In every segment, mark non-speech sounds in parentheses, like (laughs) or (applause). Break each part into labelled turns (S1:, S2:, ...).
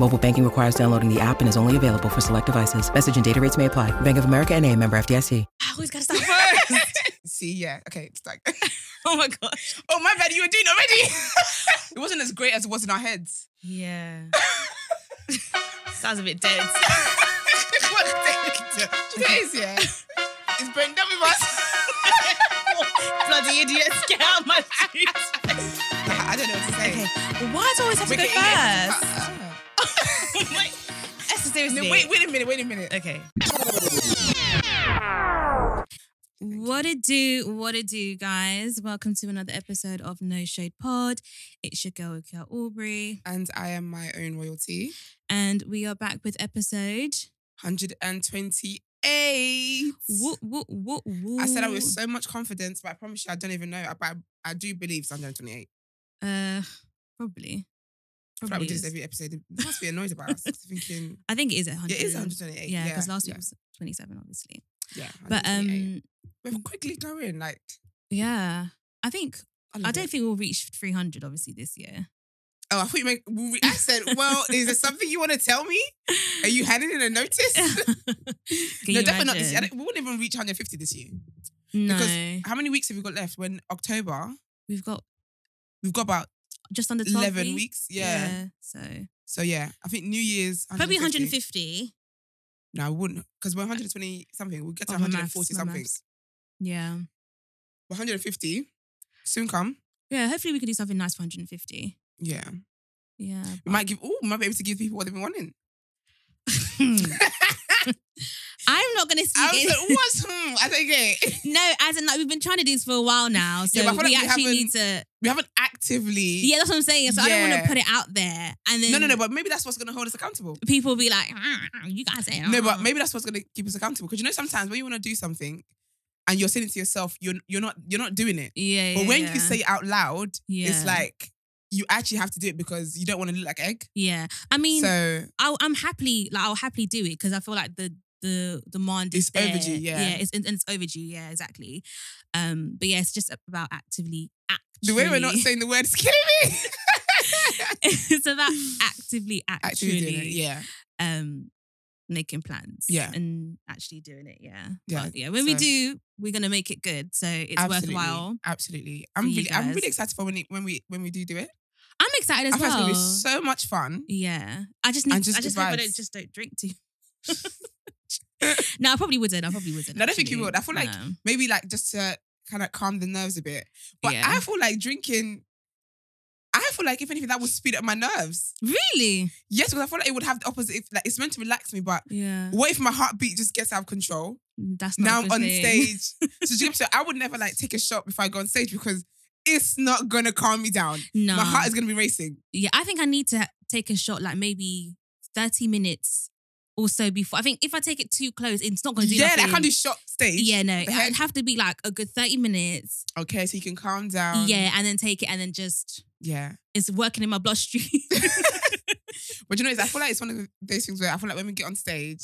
S1: Mobile banking requires downloading the app and is only available for select devices. Message and data rates may apply. Bank of America and a member FDIC.
S2: I always gotta stop (laughs) first.
S3: (laughs) See, yeah. Okay, it's like,
S2: (laughs) oh my gosh.
S3: (laughs) oh, my bad, you were doing already. (laughs) it wasn't as great as it was in our heads. (laughs)
S2: Yeah. (laughs) Sounds a bit dead.
S3: it
S2: (laughs)
S3: was dead. Do you think it is, yeah? Is Brent done with us?
S2: Bloody idiots, (laughs) get out my face.
S3: (laughs) I I don't know what to say.
S2: Okay. Well, why does it always have
S3: We're
S2: to go
S3: getting it.
S2: first?
S3: Uh,
S2: (laughs)
S3: uh,
S2: Wait, Esther, seriously.
S3: (laughs) no, wait, wait a minute, wait a minute.
S2: Okay. What it do, what it do, guys. Welcome to another episode of No Shade Pod. It's your girl, Kia Aubrey.
S3: And I am my own royalty.
S2: And we are back with episode.
S3: 128.
S2: Woo, woo, woo, woo.
S3: I said that
S2: Mm.
S3: with so much confidence, but I promise you, I don't even know. But I, I do believe it's 128.
S2: Uh, probably.
S3: I feel like
S2: Probably.
S3: we do
S2: is.
S3: this every episode. They must be annoyed about us. thinking,
S2: I think it is 100.
S3: yeah, it is 128.
S2: Yeah, because last
S3: yeah,
S2: week was 27, obviously.
S3: Yeah,
S2: But um,
S3: 128. we're quickly going. Like,
S2: yeah, I think I
S3: love
S2: don't
S3: it.
S2: think we'll reach 300 obviously this year.
S3: Oh, I thought you meant. we- we- I said, well, is there something you want to tell me? Are you handing in a notice?
S2: (laughs)
S3: (laughs)
S2: Can
S3: no,
S2: you
S3: definitely not. This year. I
S2: imagine?
S3: don't- We wouldn't even reach 150 this year.
S2: No,
S3: Because how many weeks have we got left? When October,
S2: we've got
S3: we've got about
S2: just under 12
S3: 11 weeks. Yeah.
S2: So
S3: So yeah, I think New Year's
S2: probably 150.
S3: No, I wouldn't because we're 120 something. We'll get to
S2: Oh, my maths,
S3: 140
S2: my
S3: something.
S2: maths. Yeah.
S3: We're 150 soon come.
S2: Yeah. Hopefully we could do something nice for 150.
S3: Yeah,
S2: Yeah. (laughs)
S3: we might give. Oh, we might be able to give people what they've been wanting.
S2: I'm not gonna
S3: I was
S2: speak.
S3: (laughs) like, what's hmm? I don't get it.
S2: in- no, as in like we've been trying to do this for a while now, so
S3: Yeah, but I feel like
S2: we
S3: we
S2: actually
S3: haven't-
S2: need to.
S3: (laughs) We haven't actively.
S2: Yeah, that's what I'm saying. So I don't want
S3: Yeah.
S2: to put it out there, and then
S3: No, no, no. But maybe that's what's gonna hold us accountable.
S2: people will be like, "Ah, "You guys say
S3: No, but
S2: ah."
S3: maybe that's what's gonna keep us accountable. Because you know, sometimes when you want to do something, and you're saying it to yourself, you're you're not you're not doing it.
S2: Yeah, yeah.
S3: But when
S2: yeah.
S3: you say it out loud,
S2: Yeah.
S3: it's like you actually have to do it because you don't want to look like egg.
S2: yeah, I mean,
S3: so
S2: I'll, I'm happily like I'll happily do it because I feel like the the demand is
S3: It's overdue,
S2: there.
S3: yeah.
S2: yeah, it's and it's overdue, yeah, exactly. Um, but yeah, it's just about actively actually,
S3: the way we're not saying the word is killing me.
S2: (laughs) it's about actively actually,
S3: actually doing it, yeah.
S2: um making plans,
S3: Yeah.
S2: and actually doing it, yeah,
S3: Yeah,
S2: But yeah. When we
S3: so-
S2: do, we're gonna make it good, so it's
S3: Absolutely,
S2: worthwhile.
S3: Absolutely, I'm
S2: for you
S3: really, I'm
S2: guys.
S3: really excited for when it, when we when we do do it.
S2: I'm excited as
S3: I think
S2: well.
S3: it's gonna be so much fun.
S2: Yeah, I just need.
S3: And just
S2: I
S3: the
S2: just hope I
S3: vibes.
S2: don't just don't drink
S3: (laughs)
S2: too. (laughs) no, I probably wouldn't. I probably wouldn't.
S3: No, I don't think you
S2: actually.
S3: would. I feel like-
S2: No.
S3: Maybe like just to kind of calm the nerves a bit. But
S2: Yeah.
S3: I feel like drinking. I feel like if anything, that would speed up my nerves.
S2: really.
S3: Yes, because I feel like it would have the opposite. If, like it's meant to relax me, but
S2: Yeah,
S3: what if my heartbeat just gets out of control?
S2: that's not
S3: now
S2: a
S3: I'm
S2: good
S3: on
S2: thing. (laughs)
S3: stage. so, do you know, so I would never like take a shot before I go on stage because it's not gonna calm me down.
S2: No,
S3: My heart is gonna be racing.
S2: yeah, I think I need to take a shot like maybe thirty minutes or so before. I think if I take it too close, it's not going to do.
S3: yeah,
S2: nothing.
S3: I can't do shot stage.
S2: Yeah, no,
S3: the heck?
S2: it'd have to be like a good thirty minutes.
S3: Okay, so you can calm down.
S2: yeah, and then take it, and then just
S3: Yeah. (laughs)
S2: it's working in my bloodstream. (laughs)
S3: But you know, it's- I feel like it's one of those things where I feel like when we get on stage,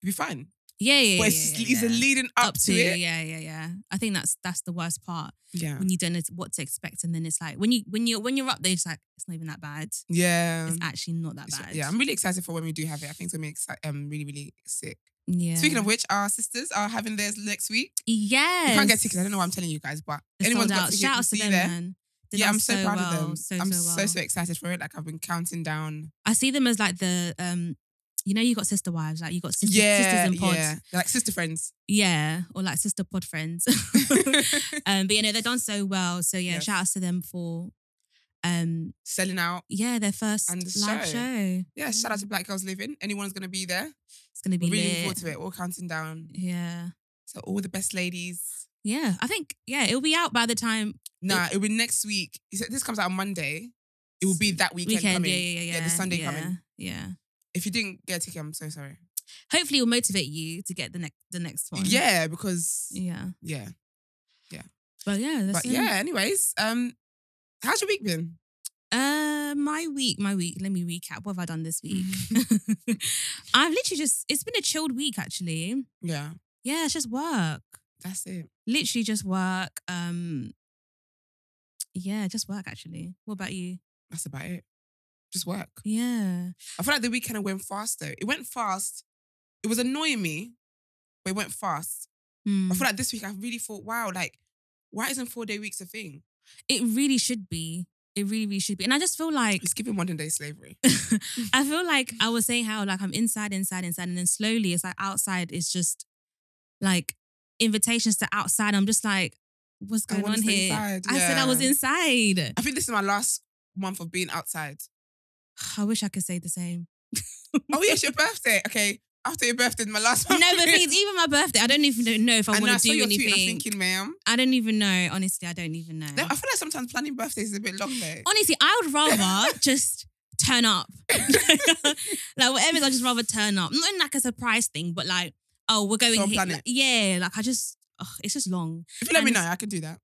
S3: it'll be fine.
S2: yeah, yeah, yeah.
S3: but it's,
S2: yeah, yeah,
S3: it's
S2: yeah.
S3: a leading up, to, it.
S2: Yeah, yeah, yeah. I think that's that's the worst part
S3: Yeah.
S2: when you don't know what to expect, and then it's like when you when you when you're up there, it's like it's not even that bad.
S3: Yeah.
S2: It's actually not that
S3: Um, It's-
S2: bad.
S3: yeah, I'm really excited for when we do have it. I think it's gonna be exci- um, really, really sick.
S2: yeah.
S3: Speaking of which, our sisters are having theirs next week.
S2: yes,
S3: You can't get tickets. I don't know why I'm telling you guys, but
S2: It's
S3: anyone's
S2: sold
S3: got
S2: out.
S3: tickets,
S2: Shout out to
S3: see
S2: them,
S3: there.
S2: man. They've
S3: Yeah,
S2: done
S3: I'm so, proud
S2: well.
S3: of them.
S2: So,
S3: I'm
S2: so,
S3: so,
S2: well.
S3: so excited for it. Like I've been counting down.
S2: I see them as like the um you know, you got sister wives, like you got sisters,
S3: Yeah,
S2: sisters in pods.
S3: yeah. They're like sister friends.
S2: (laughs)
S3: (laughs)
S2: Yeah, or like sister pod friends. (laughs) um, but you know, they've done so well. So yeah,
S3: Yeah.
S2: shout outs to them for um
S3: Selling out.
S2: yeah, their first
S3: And the
S2: live show.
S3: show. Yeah, shout out to Black Girls Living. Anyone's gonna be there.
S2: It's gonna be
S3: We're really
S2: lit.
S3: looking forward to it. We're all counting down.
S2: Yeah.
S3: So all the best ladies.
S2: Yeah. I think, yeah, it'll be out by the time
S3: Nah, it'll be next week. He said this comes out on Monday. It will be that weekend,
S2: weekend.
S3: coming.
S2: Yeah, yeah, yeah.
S3: the Sunday
S2: yeah,
S3: coming.
S2: Yeah.
S3: If you didn't get a ticket, I'm so sorry.
S2: Hopefully it'll motivate you to get the next the next one.
S3: Yeah, because
S2: Yeah.
S3: yeah.
S2: But yeah, that's
S3: But
S2: it.
S3: yeah, anyways, um, how's your week been?
S2: Uh, my week, my week. Let me recap. What have I done this week?
S3: Mm-hmm.
S2: (laughs) I've literally just, it's been a chilled week actually.
S3: Yeah,
S2: Yeah, it's just work.
S3: that's it.
S2: Literally just work. Um, yeah, just work actually. What about you?
S3: That's about it. Just work.
S2: Yeah.
S3: I feel like the weekend went fast though. It went fast. It was annoying me, but it went fast.
S2: Hmm.
S3: I feel like this week I really thought, wow, like, why isn't four day weeks a thing?
S2: It really should be. It really, really should be. And I just feel like
S3: It's giving modern day slavery. (laughs)
S2: (laughs) I feel like I was saying how like I'm inside, inside, inside, and then slowly it's like outside is just like invitations to outside. I'm just like, what's
S3: I
S2: going
S3: wanna
S2: on
S3: stay
S2: here?
S3: inside,
S2: I said I was
S3: yeah.
S2: inside. (sighs)
S3: I think this is my last month of being outside.
S2: I wish I could say the
S3: (laughs)
S2: same.
S3: Oh, yeah, it's your birthday. Okay. After your birthday, my last
S2: no,
S3: month.
S2: but things, even my birthday, I don't even know if I
S3: I know, I
S2: want
S3: saw
S2: to do
S3: your tweet and I'm
S2: anything.
S3: thinking, ma'am.
S2: I don't even know. Honestly, I don't even know.
S3: I feel like sometimes planning birthdays is a bit long though.
S2: Honestly, I would
S3: (laughs)
S2: rather just turn up. (laughs) like whatever, I just rather turn up. Not in like a surprise thing, but like, oh, we're going
S3: Don't
S2: here.
S3: plan
S2: Like,
S3: it.
S2: yeah, like I just, ugh, it's just long.
S3: If you let me
S2: and-
S3: know, I can
S2: (laughs)
S3: do that.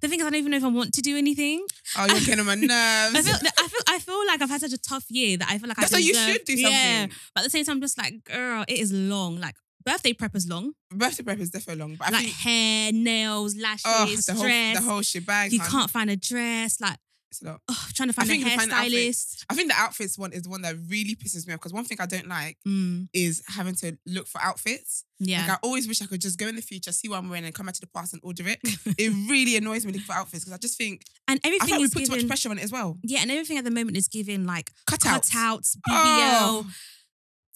S2: The thing is, I don't even know if I want to do anything.
S3: Oh, you're getting on my nerves. (laughs)
S2: I feel, I feel, I feel like I've had such a tough year that I feel like
S3: That's
S2: I
S3: why you
S2: deserve-
S3: should do something.
S2: Yeah, but at the same time, I'm just like, girl, it is long. Like birthday prep is long.
S3: Birthday prep is definitely long, but I
S2: like
S3: think
S2: hair, nails, lashes,
S3: oh, the whole
S2: dress.
S3: the whole shebang.
S2: you
S3: hun.
S2: can't find a dress. Like
S3: It's a lot.
S2: oh, trying to find a
S3: think you find an outfit.
S2: hairstylist.
S3: I think the outfits one is the one that really pisses me off because one thing I don't like
S2: Mm,
S3: is having to look for outfits.
S2: yeah.
S3: Like I always wish I could just go in the future, see what I'm wearing, and come back to the past and order it.
S2: (laughs)
S3: it really annoys me looking for outfits because I just think
S2: And
S3: I
S2: everything
S3: feel like we
S2: is
S3: put too much
S2: giving.
S3: pressure on it as well.
S2: Yeah, and everything at the moment is giving like
S3: Cut out.
S2: cutouts, BBL.
S3: Oh.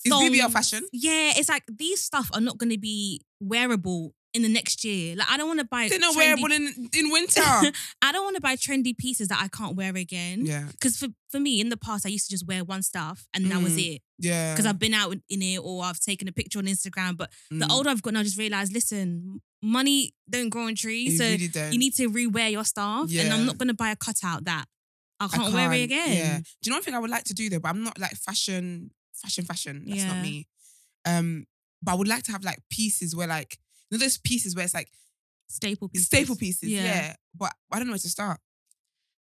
S3: Is BBL
S2: thongs.
S3: fashion?
S2: Yeah, it's like these stuff are not going to be wearable in the next year. Like I don't want to buy.
S3: They're not
S2: trendy-
S3: wearable in
S2: (laughs)
S3: in winter.
S2: I don't want to buy trendy pieces that I can't wear again.
S3: yeah,
S2: Because for, for me, in the past, I used to just wear one stuff and that was it.
S3: Mm,
S2: (laughs)
S3: yeah.
S2: Because I've been out in it or I've taken a picture on Instagram. But the
S3: Mm.
S2: older I've gotten, I just realized, listen, money don't grow on trees.
S3: You
S2: so
S3: really don't.
S2: you need to rewear your stuff. And
S3: Yeah.
S2: I'm not going to buy a cutout that I
S3: I
S2: can't, wear it
S3: can't,
S2: again.
S3: Yeah. Do you know one thing I would like to do though? But I'm not like fashion, fashion, fashion. That's
S2: Yeah.
S3: not me. Um, but I would like to have like pieces where like you know those pieces where it's like
S2: Staple pieces.
S3: staple pieces. Yeah. But I don't know where to start.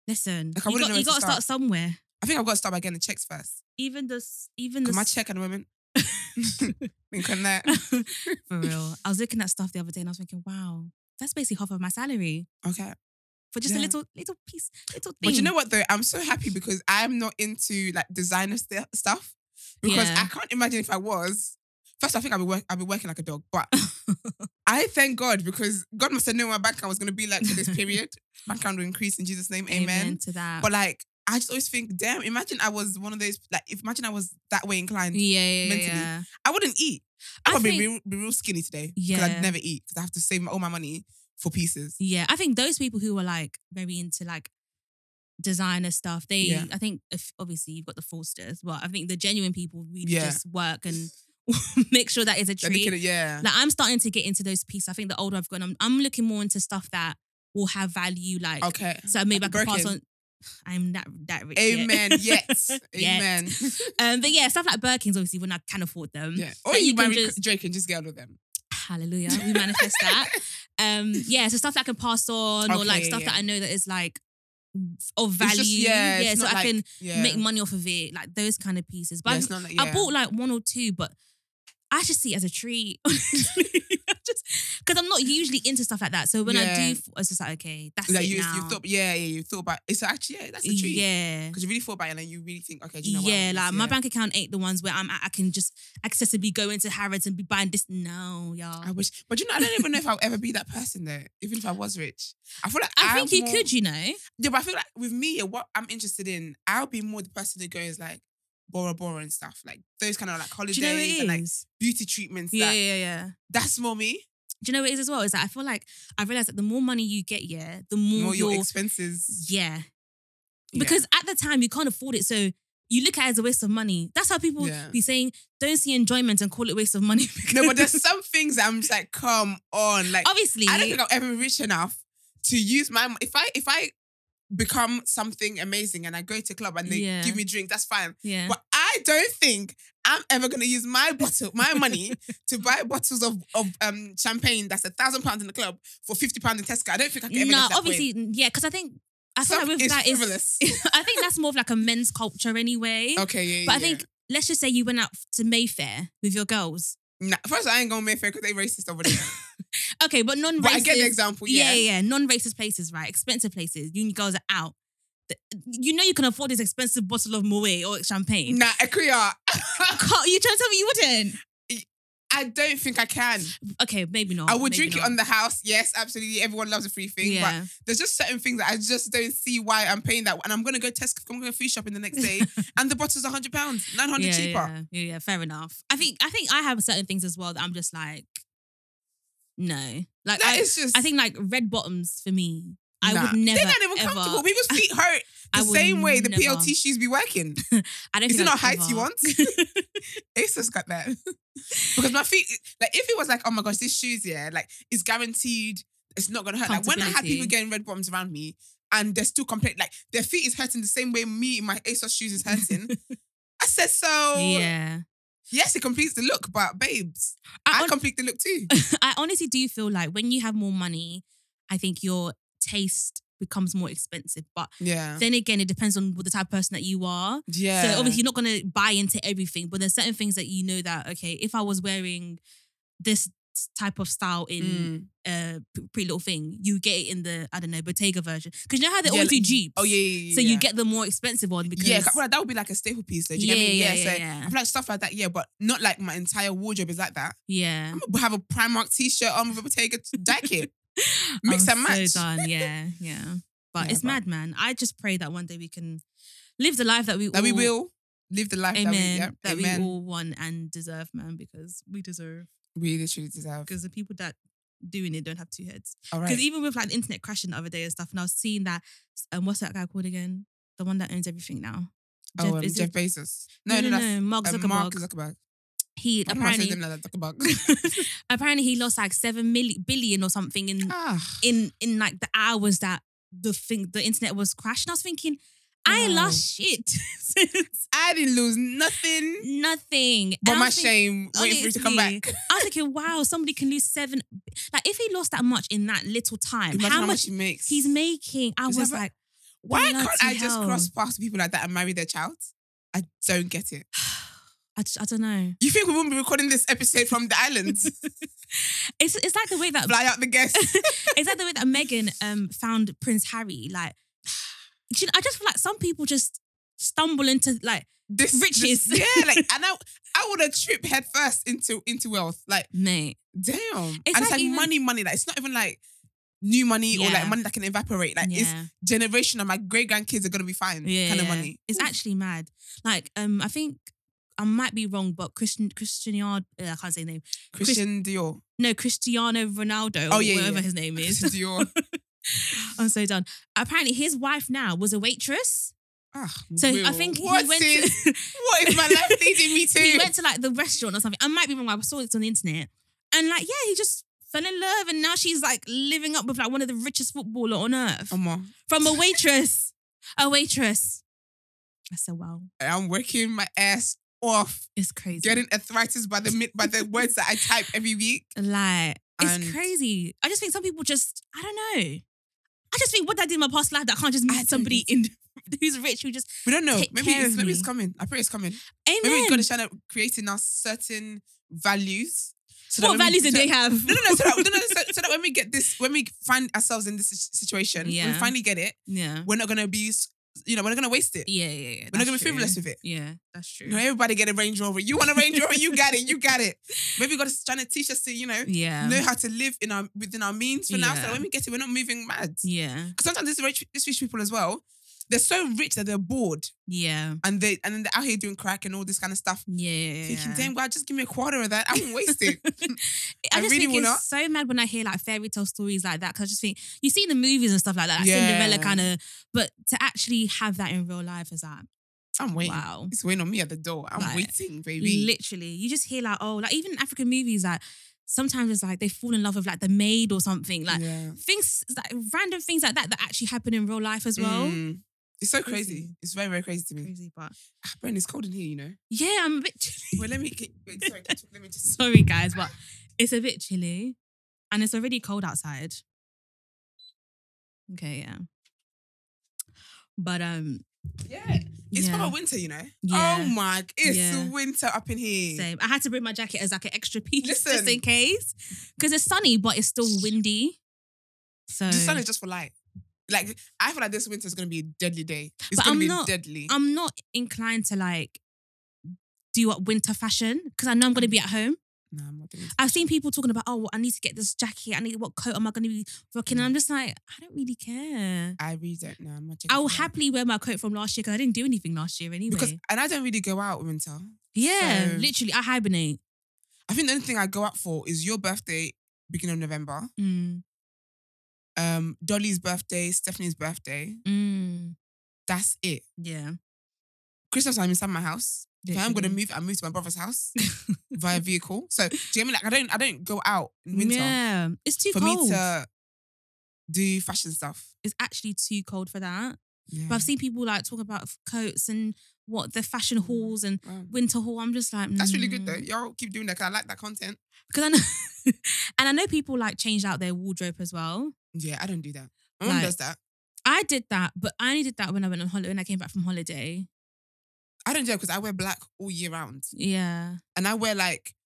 S2: Listen,
S3: Like, I
S2: you
S3: wouldn't
S2: got,
S3: know
S2: you
S3: where to
S2: got to start
S3: start.
S2: somewhere.
S3: I think I've got to start by getting the checks first.
S2: Even the s- even the
S3: Can my
S2: s-
S3: check at the (laughs) moment? Think on (laughs) that.
S2: (laughs) for real. I was looking at stuff the other day and I was thinking, wow, that's basically half of my salary
S3: Okay.
S2: for just a
S3: Yeah.
S2: little little piece, little thing.
S3: But you know what though? I'm so happy because I'm not into like designer st- stuff because
S2: Yeah.
S3: I can't imagine if I was. First, I think I'd be work- I'd be working like a dog.
S2: (laughs)
S3: But I thank God because God must have known my bank account was going to be like for this period. bank account will increase in Jesus' name, amen.
S2: to that.
S3: But like, I just always think, damn. Imagine I was one of those. Like, if- imagine I was that way inclined.
S2: yeah, yeah,
S3: mentally.
S2: yeah.
S3: I wouldn't eat. I'd
S2: I
S3: probably be,
S2: think-
S3: real, be real skinny today because
S2: Yeah.
S3: I'd never eat because I have to save my- all my money for pieces.
S2: Yeah, I think those people who are like very into like designer stuff, they
S3: Yeah.
S2: I think if, obviously you've got the fraudsters, but I think the genuine people really
S3: Yeah.
S2: just work
S3: (laughs)
S2: and (laughs) make sure that is a
S3: Then they
S2: treat.
S3: could- yeah.
S2: Like I'm starting to get into those pieces. I think the older I've gotten, I'm, I'm looking more into stuff that will have value. Like
S3: okay.
S2: so, maybe I
S3: Like
S2: can pass
S3: Birkin.
S2: on. (sighs) I'm that that rich. yet.
S3: Amen. Yes.
S2: (laughs) Yet.
S3: Amen.
S2: Um, but yeah, stuff like Birkins, obviously, when I can afford them.
S3: Yeah. Or
S2: And
S3: you,
S2: you can
S3: marry
S2: just-
S3: Drake and just get all of them.
S2: Hallelujah. We manifest
S3: (laughs)
S2: that. Um, yeah, so stuff that I can pass on, or
S3: Okay,
S2: like
S3: yeah,
S2: stuff that
S3: yeah.
S2: I know that is like of
S3: It's
S2: value.
S3: just- yeah. it's
S2: so
S3: not
S2: I
S3: like-
S2: can
S3: yeah.
S2: make money off of it, like those kind of pieces.
S3: Yeah,
S2: But
S3: it's
S2: I've-
S3: not like,
S2: I
S3: yeah.
S2: bought like one or two, but I just see it as a treat. (laughs) honestly. I just because I'm not usually into stuff like that. So when I
S3: Yeah.
S2: do, it's just like okay, that's
S3: Like
S2: it
S3: you,
S2: now.
S3: you thought, yeah, yeah, you thought about it's actually yeah, that's a treat.
S2: Yeah.
S3: Because you really thought about it and then you really think, okay, do you know what? I
S2: Yeah,
S3: want
S2: like
S3: this,
S2: my
S3: yeah.
S2: bank account ain't the ones where I'm at. I can just accessibly go into Harrods and be buying this. No, y'all.
S3: I wish, but you know, I don't even know if I'll ever be that person though. Even if I was rich, I feel like
S2: I
S3: I'm
S2: think you
S3: more-
S2: could, you know.
S3: Yeah, but I feel like with me, what I'm interested in, I'll be more the person that goes like, Bora Bora and stuff like those kind of like holidays
S2: Do you know what it is?
S3: and like beauty treatments.
S2: yeah,
S3: that,
S2: yeah, yeah.
S3: that's more me.
S2: Do you know what it is as well? Is that I feel like I realized that the more money you get, yeah, the more,
S3: More
S2: you're,
S3: your expenses.
S2: yeah.
S3: Yeah.
S2: Because at the time you can't afford it, so you look at it as a waste of money. That's how people
S3: Yeah.
S2: be saying don't see enjoyment and call it waste of money. (laughs)
S3: No, but
S2: because-
S3: there's some things I'm just like, come on, (laughs) like
S2: obviously
S3: I don't think I'll ever be rich enough to use my mo- if I if I become something amazing and I go to a club and they
S2: Yeah.
S3: give me drinks, that's fine.
S2: yeah.
S3: But I don't think I'm ever gonna use my bottle, my money
S2: (laughs)
S3: to buy bottles of of um champagne that's a thousand pounds in the club for fifty pounds in Tesco. I don't think I can ever.
S2: No,
S3: get to that
S2: obviously, yeah, because I think I feel
S3: Some-
S2: like with
S3: it's
S2: that is
S3: frivolous.
S2: (laughs) I think that's more of like a men's culture anyway.
S3: Point. Okay, yeah,
S2: but I
S3: yeah.
S2: think let's just say you went out to Mayfair with your girls.
S3: Nah, first I ain't going Mayfair because they racist
S2: (laughs)
S3: over there.
S2: Okay, but non-racist.
S3: but I get the example.
S2: yeah,
S3: Yeah,
S2: yeah, yeah, non-racist places, right? Expensive places. You and your girls are out. Th- You know you can afford this expensive bottle of Moet or champagne.
S3: Nah, Akuya,
S2: Can't, you trying to tell me you wouldn't?
S3: I don't think I can.
S2: Okay, maybe not.
S3: I would
S2: Oh, maybe
S3: drink it
S2: not.
S3: on the house. Yes, absolutely. Everyone loves a free thing. But
S2: Yeah.
S3: there's just certain things that I just don't see why I'm paying that. And I'm gonna go Tesco, I'm gonna go food shopping the next
S2: (laughs)
S3: day, and the bottle's hundred pounds, nine hundred
S2: yeah,
S3: cheaper.
S2: Yeah, yeah, yeah, fair enough. I think I think I have certain things as well that I'm just like, no, like
S3: That
S2: I,
S3: is just.
S2: I think like red bottoms for me. I
S3: nah.
S2: would never.
S3: They're not even
S2: ever,
S3: comfortable. People's feet hurt the
S2: (laughs) I would
S3: same way the
S2: never.
S3: PLT shoes be working.
S2: I don't
S3: Is
S2: think
S3: it
S2: I'd
S3: not height
S2: ever-
S3: you
S2: (laughs)
S3: want? ASOS got that (laughs) because my feet. Like if it was like, oh my gosh, these shoes, yeah, like it's guaranteed. It's not gonna hurt. Like when I had people
S2: Comfortability.
S3: getting red bottoms around me. And they're still complaining, like their feet is hurting the same way me in my ASOS shoes is hurting.
S2: (laughs)
S3: I said, so
S2: yeah.
S3: Yes, it completes the look, but babes,
S2: I,
S3: I,
S2: hon-
S3: complete the
S2: (laughs)
S3: look too.
S2: I honestly do feel like when you have more money, I think your taste becomes more expensive. But
S3: Yeah.
S2: then again, it depends on what the type of person that you are.
S3: Yeah.
S2: So obviously you're not gonna buy into everything, but there's certain things that you know that okay, if I was wearing this type of style in
S3: Mm.
S2: uh P- Pretty Little Thing, you get it in the I don't know Bottega version because you know how they
S3: Yeah,
S2: always do
S3: like-
S2: Jeeps.
S3: Oh yeah, yeah, yeah.
S2: So you
S3: yeah.
S2: get the more expensive one because
S3: yeah, well, that would be like a staple piece. Though, do you get
S2: Yeah,
S3: me?
S2: yeah,
S3: Yeah,
S2: yeah,
S3: so
S2: yeah.
S3: I feel like stuff like that. Yeah, but not like my entire wardrobe is like that.
S2: yeah.
S3: I'm gonna have a Primark t-shirt on with
S2: (laughs)
S3: a Bottega jacket. Mix
S2: I'm
S3: and match.
S2: So
S3: (laughs)
S2: done. Yeah, yeah. But
S3: Yeah,
S2: it's
S3: but-
S2: mad, man. I just pray that one day we can live the life that we
S3: That we
S2: all-
S3: will live the life
S2: Amen.
S3: that we, yeah,
S2: that
S3: amen.
S2: we all want and deserve, man, because we deserve.
S3: We literally deserve.
S2: Because the people that doing it don't have two heads.
S3: All right.
S2: Because even with like the internet crashing the other day and stuff, and I was seeing that, um, what's that guy called again? The one that owns everything now.
S3: oh, um,
S2: is
S3: Jeff
S2: it-
S3: Bezos.
S2: no, no, no,
S3: that's
S2: Mark
S3: um,
S2: Zuckerberg.
S3: Mark Zuckerberg.
S2: He
S3: Why am I saying
S2: apparently,
S3: (laughs) them like that? Zuckerberg.
S2: (laughs) apparently he lost like seven million billion or something in
S3: ah,
S2: in in like the hours that the thing the internet was crashing. I was thinking, I ain't
S3: Wow.
S2: lost shit, (laughs) Since
S3: I didn't lose nothing
S2: nothing. And
S3: but
S2: I
S3: my
S2: was think-
S3: shame waiting for you to come
S2: honestly,
S3: back.
S2: I was thinking, wow, somebody can lose seven. Like if he lost that much in that little time,
S3: Imagine
S2: how, much
S3: he makes?
S2: he's making? I
S3: Is
S2: was
S3: that-
S2: like,
S3: Why can't
S2: bloody
S3: I just
S2: hell.
S3: cross past people like that and marry their child? I don't get it.
S2: I, just- I don't know.
S3: You think we wouldn't be recording this episode from the
S2: (laughs)
S3: islands?
S2: It's it's like the way that
S3: Fly out the guests.
S2: it's like the way that Megan um found Prince Harry. Like, (sighs) do you know, I just feel like some people just stumble into like
S3: This
S2: Riches.
S3: this- yeah,
S2: (laughs)
S3: like and I, I would have tripped headfirst into into wealth. Like
S2: mate.
S3: damn, and it's
S2: like
S3: like
S2: even-
S3: money, money. Like it's not even like new money or
S2: Yeah.
S3: like money that can evaporate. Like it's
S2: yeah.
S3: generation and my great grandkids are gonna be fine.
S2: yeah,
S3: kind of
S2: yeah.
S3: money.
S2: It's actually mad. Like, um, I think I might be wrong, but Christian Christian Yard, uh, I can't say his name.
S3: Christian Dior.
S2: No, Cristiano Ronaldo.
S3: Oh,
S2: or
S3: yeah, yeah,
S2: whatever
S3: yeah.
S2: his name is. (laughs)
S3: (laughs) Christian Dior.
S2: I'm so done. Apparently, his wife now was a waitress.
S3: Ah,
S2: So I
S3: Will,
S2: think (laughs)
S3: what
S2: he went.
S3: is-
S2: To,
S3: what is
S2: (laughs)
S3: my life leading me to?
S2: he went to like the restaurant or something. I might be wrong. I saw this on the internet, and like, yeah, he just fell in love, and now she's like living up with like one of the richest footballer on earth
S3: Omo, (laughs)
S2: from a waitress. a waitress. I said, wow,
S3: I'm working my ass off,
S2: it's crazy.
S3: getting arthritis by the mi- by the words that I type every week.
S2: (laughs) Like, it's
S3: And-
S2: crazy. I just think some people just, I don't know. I just think what I did in my past life that I can't just
S3: I
S2: meet
S3: don't
S2: somebody (laughs) in who's rich who just
S3: We don't know.
S2: Take
S3: maybe
S2: care
S3: it's
S2: of
S3: maybe it's
S2: me.
S3: coming. I pray it's coming.
S2: amen.
S3: Maybe it's God is trying to create in us certain values. So that
S2: what
S3: when we-
S2: values did
S3: so-
S2: they have?
S3: No, no, no. So that, no, no,
S2: (laughs)
S3: so, so that when we get this, when we find ourselves in this si- situation, when
S2: Yeah.
S3: we finally get it,
S2: Yeah.
S3: we're not gonna be, s- you know, we're not gonna waste it.
S2: Yeah, yeah, yeah.
S3: we're not
S2: that's
S3: gonna be
S2: true.
S3: frivolous with it.
S2: Yeah, that's true.
S3: You know, everybody get a Range Rover. You want a Range Rover? You got it. You got it. Maybe God is trying to teach us to, (laughs) you know,
S2: yeah.
S3: know how to live in our within our means for now. So
S2: Yeah.
S3: that when we get it, we're not moving mad.
S2: yeah.
S3: Because sometimes this rich, this rich people as well. they're so rich that they're bored
S2: Yeah.
S3: and they and then they're out here doing crack and all this kind of stuff.
S2: Yeah.
S3: Thinking, damn God, just give me a quarter of that. I won't waste
S2: (laughs)
S3: it.
S2: I,
S3: I
S2: just
S3: really
S2: think
S3: will
S2: it's
S3: not.
S2: so mad when I hear like fairy tale stories like that because I just think you see in the movies and stuff like that, like
S3: Yeah.
S2: Cinderella kind of, but to actually have that in real life is like
S3: I'm waiting.
S2: wow.
S3: It's waiting on me at the door. I'm
S2: Like,
S3: waiting, baby.
S2: Literally, you just hear like oh, like even in African movies, like sometimes it's like they fall in love with like the maid or something, like
S3: yeah.
S2: things like random things like that that actually happen in real life as well.
S3: Mm. It's so crazy.
S2: Crazy.
S3: It's very, very crazy to me.
S2: Crazy, but
S3: Ah, Bren, it's cold in here, you know.
S2: yeah, I'm a bit chilly. (laughs)
S3: Well, let me. Get, wait, sorry, let me just.
S2: Sorry, guys, but it's a bit chilly, and it's already cold outside. Okay, yeah, but um.
S3: Yeah, it's
S2: Yeah.
S3: proper winter, you know.
S2: Yeah.
S3: Oh my, it's
S2: Yeah.
S3: winter up in here.
S2: Same. I had to bring my jacket as like an extra piece just
S3: Listen.
S2: in case because it's sunny but it's still windy. So
S3: The sun is just for light. Like I feel like this winter is gonna be a deadly day. It's
S2: But
S3: gonna
S2: I'm
S3: be
S2: not-
S3: deadly.
S2: I'm not inclined to like do up winter fashion because I know I'm going to be at home.
S3: nah, I'm not doing it.
S2: I've seen people talking about oh I need to get this jacket. I need what coat am I going to be rocking? And I'm just like I don't really care.
S3: I really don't know. I'm not. checking
S2: I will
S3: for that.
S2: happily wear my coat from last year because I didn't do anything last year anyway.
S3: because and I don't really go out winter.
S2: yeah,
S3: so-
S2: literally I hibernate.
S3: I think the only thing I go out for is your birthday, beginning of November.
S2: Mm,
S3: Um, Dolly's birthday, Stephanie's birthday.
S2: mm,
S3: That's it.
S2: yeah,
S3: Christmas, I'm inside my house. If I'm gonna
S2: Literally.
S3: move, I move to my brother's (laughs) house via vehicle. So do you know what I mean? Like I don't, I don't go out in winter
S2: yeah. It's too
S3: for
S2: cold.
S3: me to do fashion stuff.
S2: it's actually too cold for that.
S3: Yeah.
S2: But I've seen people like talk about f- coats and what the fashion halls and
S3: Wow. Mm.
S2: winter hall. I'm just like, mm.
S3: That's really good though. Y'all keep doing that 'cause I like that content.
S2: Because I know, (laughs) and I know people like changed out their wardrobe as well.
S3: Yeah, I don't do that. My mum
S2: Like-
S3: does that.
S2: I did that, but I only did that when I went on holiday. When I came back from holiday,
S3: I don't do it because I wear black all year round,
S2: yeah,
S3: and I wear like,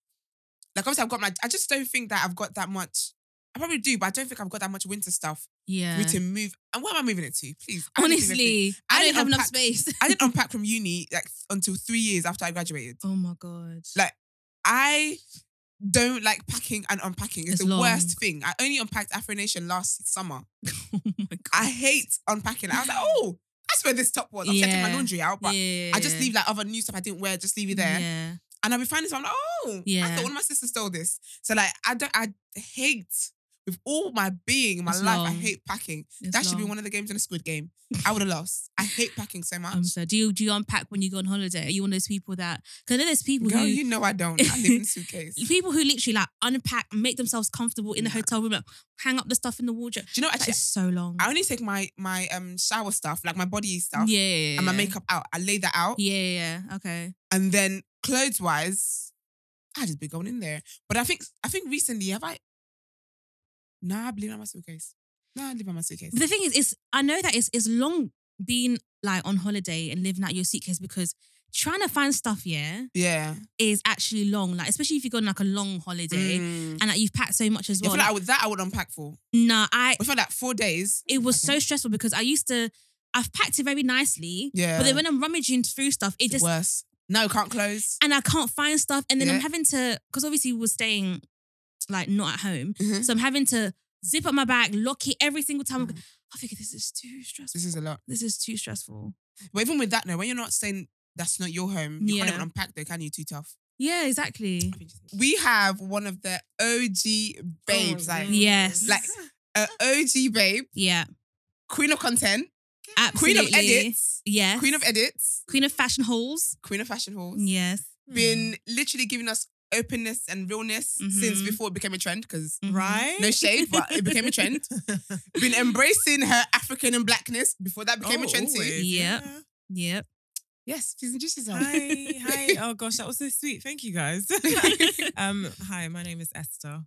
S3: like obviously I've got my. I just don't think that I've got that much. I probably do, but I don't think I've got that much winter stuff for
S2: yeah.
S3: me to move. And what am I moving it to? Please, I haven't even think-
S2: Honestly, I
S3: I
S2: didn't
S3: didn't
S2: have enough
S3: unpack-
S2: space.
S3: I didn't unpack from uni like until three years after I graduated.
S2: (laughs) oh my god.
S3: Like, I don't like packing and unpacking. It's,
S2: It's
S3: the
S2: long.
S3: worst thing. I only unpacked Afro Nation last summer.
S2: (laughs) oh my god.
S3: I hate unpacking. I was like, oh, that's where this top was. I'm taking my
S2: Yeah.
S3: laundry out, but
S2: yeah.
S3: I just leave like other new stuff I didn't wear, just leave it there.
S2: Yeah.
S3: And I'll be finding something. I'm like, oh, I
S2: Yeah.
S3: thought one of my sisters stole this. So like I don't I hate with all my being, my
S2: It's
S3: life, I
S2: long.
S3: hate packing.
S2: It's
S3: that should be
S2: long.
S3: one of the games in the
S2: (laughs)
S3: squid game. I would have lost. I hate packing so much.
S2: I'm sorry. Do you do you unpack when you go on holiday? Are you one of those people that? Because I know there's (laughs) people
S3: Girl,
S2: who
S3: you know I don't.
S2: (laughs)
S3: I live in a suitcase. Do
S2: people who literally like unpack, make themselves comfortable in the
S3: Nah.
S2: hotel room, like, hang up the stuff in the wardrobe.
S3: you know
S2: That
S3: actually
S2: is so long.
S3: I only take my my um shower stuff, like my body
S2: yeah,
S3: stuff
S2: yeah,
S3: and my
S2: yeah.
S3: makeup out. I lay that out.
S2: Yeah, yeah, yeah. Okay.
S3: And then clothes wise, I just be going in there. But I think I think recently have I? Nah, I believe on my suitcase. Nah, I live on my suitcase.
S2: The thing is, is I know that it's it's long being like on holiday and living out your suitcase because trying to find stuff yeah
S3: yeah.
S2: is actually long. Like especially if you go on like a long holiday
S3: Mm.
S2: and like you've packed so much as
S3: I
S2: eh, well.
S3: feel like I would, that I would unpack for.
S2: nah, I
S3: I feel like four days.
S2: it was so
S3: Okay.
S2: stressful because I used to. I've packed it very nicely,
S3: Yeah.
S2: but then when I'm rummaging through stuff, it
S3: It's
S2: just
S3: worse. No, can't close.
S2: and I can't find stuff. And then I'm
S3: Yeah.
S2: having to, because obviously we are staying like not at home.
S3: Mhm.
S2: So I'm having to zip up my bag, lock it every single time.
S3: Mhm.
S2: I think this is too stressful.
S3: This is a lot.
S2: This is too stressful.
S3: But even with that, no, when you're not saying that's not your home, you
S2: Yeah.
S3: can't even unpack though, can you? Too tough.
S2: Yeah, exactly.
S3: We have one of the OG babes, like
S2: Oh, Yes.
S3: like a OG babe,
S2: yeah.
S3: queen of content, queen
S2: Absolutely.
S3: of edits,
S2: Yes.
S3: queen of edits.
S2: Queen of fashion halls.
S3: Queen of Fashion Halls,
S2: Yes.
S3: been literally giving us openness and realness since
S2: Mhm.
S3: before it became a trend, because
S2: Mhm. Right.
S3: no shade, but it became a
S2: (laughs)
S3: trend. been embracing her African and blackness before that became a
S4: Oh,
S3: trend too.
S2: Oh, always. Yep.
S4: Yeah.
S2: Yep.
S3: Yes, please introduce yourself.
S4: Hi, hi. (laughs) Oh gosh, that was so sweet. Thank you (laughs) guys. um, hi, my name is Esther.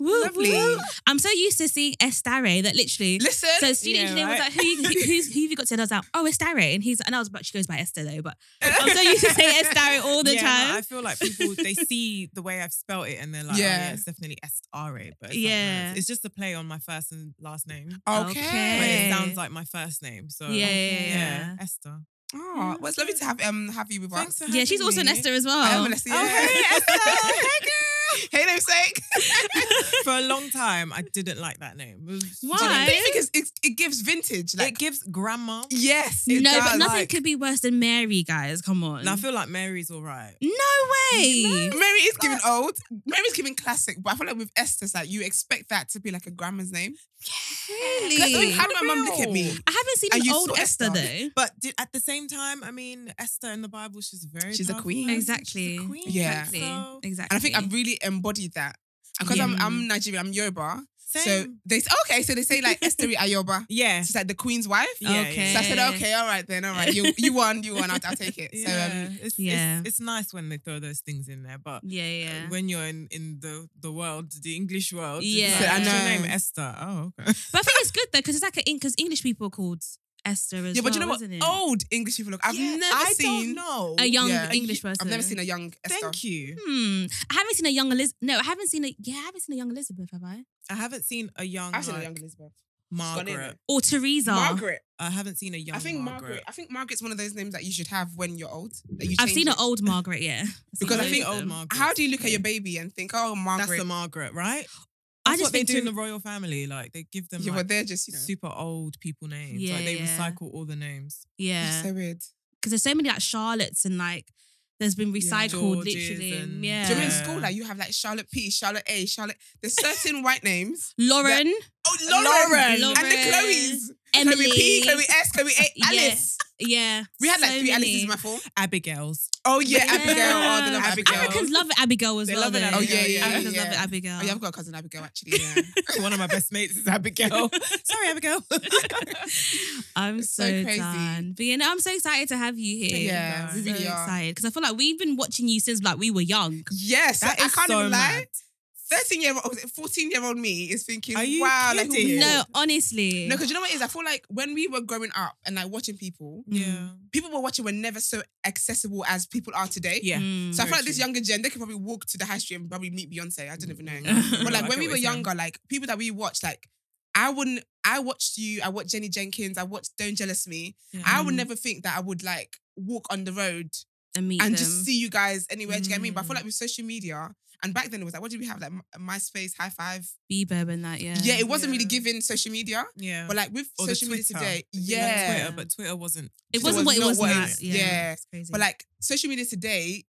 S2: Woo,
S3: Lovely.
S2: woo. I'm so used to seeing Estare that literally.
S3: (laughs) Listen,
S2: So student
S4: Yeah,
S2: engineer
S4: right.
S2: was like, who, you- who, who's, who have you got today? I was like, oh, Estare. And he's, and I was, but she goes by Esther though, but I'm so used to saying Estare all the
S3: (laughs)
S4: yeah, no,
S2: time.
S4: I feel like people they see the way I've spelt it and they're like,
S3: Yeah.
S4: oh, yeah it's definitely S R A. But it's like, no,
S2: Yeah.
S4: it's- it's just a play on my first and last name.
S3: okay.
S4: But
S2: Okay.
S4: it sounds like my first name. So
S2: Yeah, yeah, yeah.
S4: Esther.
S3: Oh, well, it's lovely to have um have you with
S4: Thanks
S3: us.
S4: for
S2: Yeah, she's
S4: having
S2: also an
S4: me.
S3: Oh,
S2: Esther as well.
S3: I am Vanessa.
S4: Oh, hey, Esther. hey,
S3: (laughs) hey, namesake.
S4: For a long time, I didn't like that name. It was-
S3: Do you
S2: Why?
S3: think it's, it's, it gives vintage? Like,
S4: It gives grandma.
S3: yes, it
S2: no,
S3: does.
S2: but nothing
S3: Like,
S2: could be worse than Mary, guys. Come on.
S4: And I feel like Mary's all right.
S2: no way.
S3: Mary is giving old. Mary's giving classic, but I feel like with Esther's, like you expect that to be like a grandma's name.
S2: Really?
S3: That's like how my mum look at me.
S2: I haven't seen
S3: And
S2: an
S3: you
S2: old
S3: saw
S2: Esther,
S3: Esther.
S2: though.
S4: But did, at the same time, I mean, Esther in the Bible, she's very.
S3: She's a
S4: powerful.
S3: queen.
S2: Exactly.
S4: She's a queen.
S3: Yeah.
S4: Like, so-
S2: Exactly. Exactly.
S3: And I think I've really embodied that. And because I'm,
S2: Yeah.
S3: I'm Nigerian, I'm Yoruba. So
S4: Same.
S3: they okay, so they say like
S2: (laughs)
S3: Esteri Ayoba.
S4: yeah.
S3: She's like the queen's wife.
S4: Yeah, yeah,
S2: Okay.
S4: yeah.
S3: So I said, okay, all right then, all right. You you won, you won. I'll, I'll take it. (laughs) So
S4: Yeah.
S3: um,
S4: it's,
S2: Yeah.
S4: It's, it's nice when they throw those things in there, but
S2: Yeah, yeah.
S4: when you're in, in the, the world, the English world, it's
S2: Yeah.
S4: like,
S3: I
S4: what's your
S3: know.
S4: name Esther. Oh, okay.
S2: But I think it's good though, because it's like an because English people are called Esther as
S3: yeah,
S2: well,
S3: but you know what? Oh!
S2: isn't it?
S3: Old English people look. I've
S4: Yeah,
S3: never
S4: I
S3: seen
S4: Don't know.
S2: a young
S3: yeah.
S2: English person.
S3: I've never seen a young Esther.
S4: Thank you.
S2: Hmm. I haven't seen a young Elizabeth. No, I haven't seen a. Yeah, I haven't seen a young Elizabeth. Have I?
S4: I haven't seen a young,
S3: I've seen a
S4: like,
S3: young Elizabeth. Gone in
S4: Margaret.
S3: there.
S2: Or Teresa.
S3: Margaret.
S4: I haven't seen a young.
S3: I think Margaret.
S4: Margaret.
S3: I think Margaret's one of those names that you should have when you're old. that you
S2: I've
S3: change
S2: seen an
S3: it.
S2: old Margaret.
S3: (laughs)
S2: Yeah. I've seen
S3: Because I
S2: both
S3: think
S2: of
S4: old
S2: them.
S4: Margaret.
S3: How do you look at your baby and think, oh, Margaret?
S4: That's the Margaret, right?
S2: I
S4: That's
S2: just
S4: what they
S2: think
S4: do in
S2: to-
S4: the royal family. Like they give them
S3: yeah,
S4: like,
S3: but they're just you know.
S4: super old people names.
S2: Yeah,
S4: like they
S2: yeah.
S4: recycle all the names.
S2: Yeah.
S3: That's so weird.
S2: Because there's so many like Charlottes and like there's been recycled
S4: Georges
S2: literally.
S4: and-
S2: yeah.
S3: Do you remember in
S4: Yeah.
S3: school like you have like Charlotte P, Charlotte A, Charlotte?
S2: (laughs)
S3: There's certain white names.
S2: Lauren,
S3: Oh,
S2: Lauren.
S3: and the
S2: Lauren.
S3: Chloes.
S2: Emily.
S3: Chloe P, Chloe S, Chloe
S2: Yeah.
S3: A, Alice.
S2: Yeah.
S3: We had like
S2: so
S3: three Alices
S2: many.
S3: in my form.
S4: Abigail's.
S3: Oh yeah, Abigail. Oh, they love
S4: Abigail.
S3: Abigail.
S2: Americans love Abigail as
S4: They
S2: well.
S4: love it,
S2: though.
S4: Abigail. Oh, yeah, yeah,
S2: Americans
S3: yeah.
S2: love it, Abigail.
S3: Oh, yeah, I've got a cousin Abigail actually. Yeah.
S4: (laughs) One of my
S3: (laughs)
S4: best mates is Abigail. Sorry, Abigail. (laughs)
S2: I'm
S3: It's
S2: so,
S3: so crazy.
S2: done. But yeah, no, I'm so excited to have you here.
S3: Yeah,
S2: I'm
S3: we
S2: so
S3: really are.
S2: excited because I feel like we've been watching you since like we were young.
S3: yes,
S4: That
S3: I
S4: is
S3: can't
S4: so
S3: even lie. oh,
S4: mad.
S3: Thirteen year old, fourteen year old me is thinking,
S4: Are you
S3: wow, like,
S4: kidding?
S3: who-
S2: No, honestly.
S3: No, because you know what it is? I feel like when we were growing up and like watching people,
S4: yeah.
S3: people were watching were never so accessible as people are today.
S4: Yeah.
S2: Mm.
S3: So I feel
S4: Very
S3: like this
S4: true.
S3: younger gen, they could probably walk to the high street and probably meet Beyonce. I don't even know.
S4: No,
S3: But
S4: (laughs) I
S3: like when we were
S4: get what you're saying.
S3: younger, like people that we watched, like I wouldn't. I watched you. I watched Jenny Jenkins. I watched Don't Jealous Me. I would
S2: Mm.
S3: never think that I would like walk on the road
S2: and meet
S3: and
S2: them.
S3: just see you guys anywhere. Do you get me? But I
S2: Mm.
S3: feel like with social media, and back then it was like, what did we have? Like M- MySpace, High Five.
S2: Bieber and that. Yeah.
S3: Yeah, it wasn't really
S4: Yeah.
S3: giving social media.
S4: Yeah.
S3: But like with
S4: Or the
S3: social media
S4: Twitter.
S3: today,
S4: Even on
S3: yeah.
S4: Twitter, but Twitter wasn't.
S2: It
S3: It
S2: wasn't
S3: was
S2: what it
S3: not
S2: was
S3: what it
S2: now.
S3: is.
S2: Yeah.
S3: Yeah.
S2: It's crazy.
S3: But like social media today,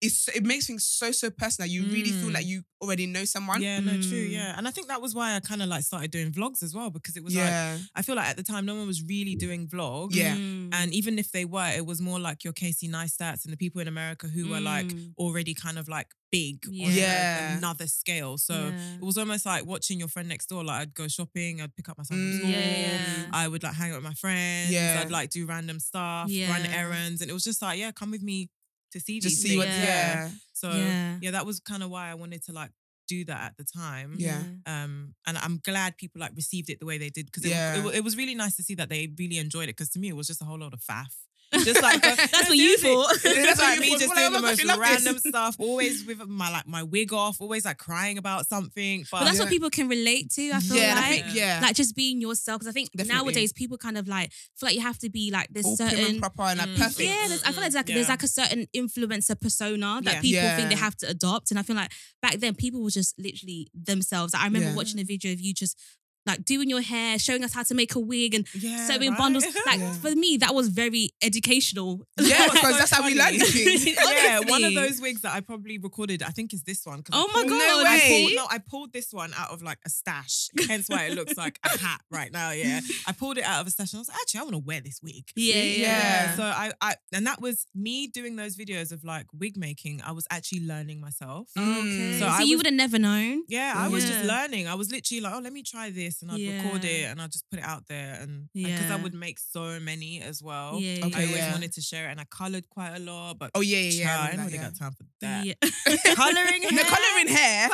S3: it's it makes things so so personal. You really feel
S2: Mm.
S3: like you already know someone.
S4: Yeah, no, true.
S2: Mm.
S4: Yeah. And I think that was why I kind of like started doing vlogs as well because it was like,
S3: yeah.
S4: I feel like at the time no one was really doing vlogs.
S3: Yeah.
S2: Mm.
S4: And even if they were, it was more like your Casey Neistats and the people in America who were like
S2: Mm.
S4: already kind of like big on
S3: Yeah.
S4: a- another scale. So
S2: Yeah.
S4: it was almost like watching your friend next door. Like I'd go shopping, I'd pick up my son
S3: Mm.
S4: from
S2: yeah,
S4: school.
S2: yeah.
S4: I would like hang out with my friends.
S3: Yeah.
S4: I'd like do random stuff, run
S2: Yeah.
S4: errands. And it was just like, yeah, come with me to see
S3: Just
S4: these
S3: see what
S2: Yeah.
S3: yeah.
S4: things.
S3: yeah.
S4: So
S2: Yeah.
S4: yeah. that was kind of why I wanted to like do that at the time.
S3: Yeah.
S4: Um, and I'm glad people like received it the way they did because it,
S3: Yeah.
S4: it, wa- it was really nice to see that they really enjoyed it. Because to me, it was just a whole lot of faff. Just
S2: (laughs)
S4: like the-
S2: That's
S4: no,
S2: what
S3: (laughs)
S2: you
S4: seriously.
S2: thought.
S4: That's
S3: That's what
S4: like
S3: you
S4: me
S3: thought.
S4: just
S3: Well, I
S4: doing the
S3: love
S4: most
S3: this, I love this. (laughs)
S4: random stuff, always with my like my wig off, always like crying about something. But,
S2: But that's what
S3: Yeah.
S2: people can relate to. I feel
S3: yeah, and
S2: like.
S3: I think, yeah.
S2: Like just being yourself, because I think
S3: Definitely.
S2: nowadays people kind of like feel like you have to be like this
S3: all prim
S2: certain
S3: and proper and like
S4: Mm.
S3: perfect.
S2: Yeah, there's, I feel like there's like, there's
S4: Yeah.
S2: like a certain influencer persona that
S4: Yeah.
S2: people think
S3: Yeah.
S2: they have to adopt, and I feel like back then people were just literally themselves. I remember
S3: Yeah.
S2: watching a video of you just like doing your hair, showing us how to make a wig and
S4: yeah,
S2: sewing
S3: (laughs)
S4: right?
S2: bundles. Like
S3: Yeah.
S2: for me, that was very educational. (laughs)
S3: Yeah,
S4: What's
S3: because
S4: so
S3: that's how we learn
S4: funny?
S3: these things.
S4: yeah, one of
S2: Honestly.
S4: those wigs that I probably recorded, I think is this one. 'cause I
S2: Oh my
S4: pulled-
S2: God,
S4: I
S3: see?
S4: pulled, no, I pulled this one out of like a stash, hence why it looks like a hat right now. Yeah, I pulled it out of a stash and I was like, actually, I want to wear this wig.
S2: Yeah, yeah.
S3: Yeah.
S4: So I, I, and that was me doing those videos of like wig making. I was actually learning myself.
S2: Okay.
S3: Mm.
S2: So,
S4: So I
S2: you
S4: was-
S2: would have never known.
S4: Yeah, I was just
S2: Yeah.
S4: learning. I was literally like, oh, let me try this, and I'd record
S2: Yeah.
S4: it, and I'd just put it out there, and because
S2: Yeah.
S4: I would make so many as well.
S2: Yeah,
S4: I
S3: Okay,
S4: always
S3: yeah.
S4: wanted to share it, and I colored quite a lot, but
S3: Oh yeah, yeah, yeah.
S4: Child,
S3: I
S4: I ain't
S3: remember
S4: really
S3: that,
S4: got time for
S2: yeah.
S4: that.
S2: yeah.
S3: (laughs)
S4: Coloring
S3: yeah. The colouring hair.